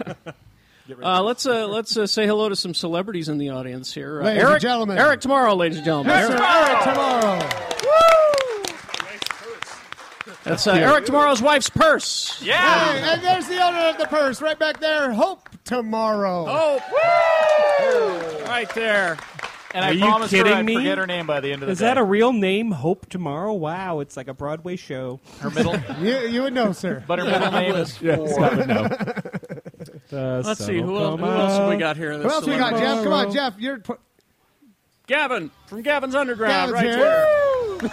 S1: Uh, let's uh, let's uh, say hello to some celebrities in the audience here. Uh,
S8: Ladies and
S1: Eric,
S8: gentlemen.
S1: Eric tomorrow, ladies and gentlemen.
S8: Yes,
S1: Eric-
S8: sir. Eric tomorrow.
S1: That's uh, Eric tomorrow's wife's purse.
S8: Hey, and there's the owner of the purse right back there. Hope tomorrow.
S1: Hope.
S9: right there. And
S18: Are
S9: I
S18: you
S9: promised her
S18: kidding
S9: I'd
S18: me?
S9: forget her name by the end of the
S18: Is
S9: day.
S18: that a
S9: real
S18: name? Hope tomorrow. Wow, it's like a Broadway show.
S9: Her middle.
S8: you, you would know, sir.
S9: But her middle name is
S18: Scott would know. Uh,
S9: Four.
S1: Let's see who else, who else have we got here.
S8: Who else we got, Jeff? Come on,
S1: Jeff.
S8: Jeff. You're pu-
S1: Gavin from Gavin's Underground,
S8: Gavin's
S1: right
S8: here.
S1: there.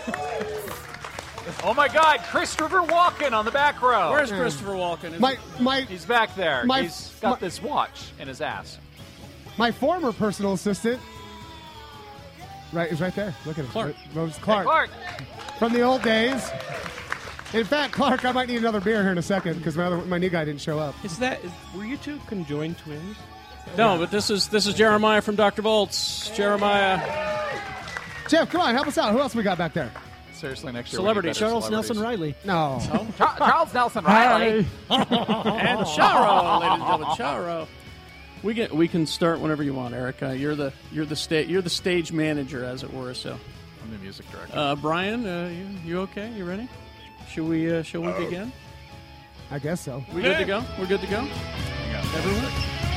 S9: Oh my God, Christopher Walken on the back row.
S1: Where's Christopher Walken? Is-
S8: my my
S9: He's back there.
S8: My-
S9: He's got
S8: my-
S9: this watch in his ass.
S8: my former personal assistant. Right, is right there. Look at him. Clark. Clark.
S9: Clark.
S8: From the old days. In fact, Clark, I might need another beer here in a second because my other, my new guy didn't show up.
S18: Is that? Is, were you two conjoined twins?
S1: No, but this is this is Jeremiah from Dr. Bolts. Jeremiah,
S8: Jeff, come on, help us out. Who else we got back there?
S9: Seriously, next year. we need
S1: celebrity
S9: better
S1: Charles
S9: celebrities.
S1: Nelson
S5: Riley.
S8: No.
S9: Char- Charles Nelson Riley.
S1: and Charo, ladies and gentlemen, Charo. We get we can start whenever you want, Eric. Uh, you're the you're the sta- you're the stage manager, as it were. So,
S9: I'm the music director.
S1: uh, Brian, uh, you, you okay? You ready? Should we uh, shall we begin?
S8: I guess so.
S1: We good to go? We're good to go? Everyone?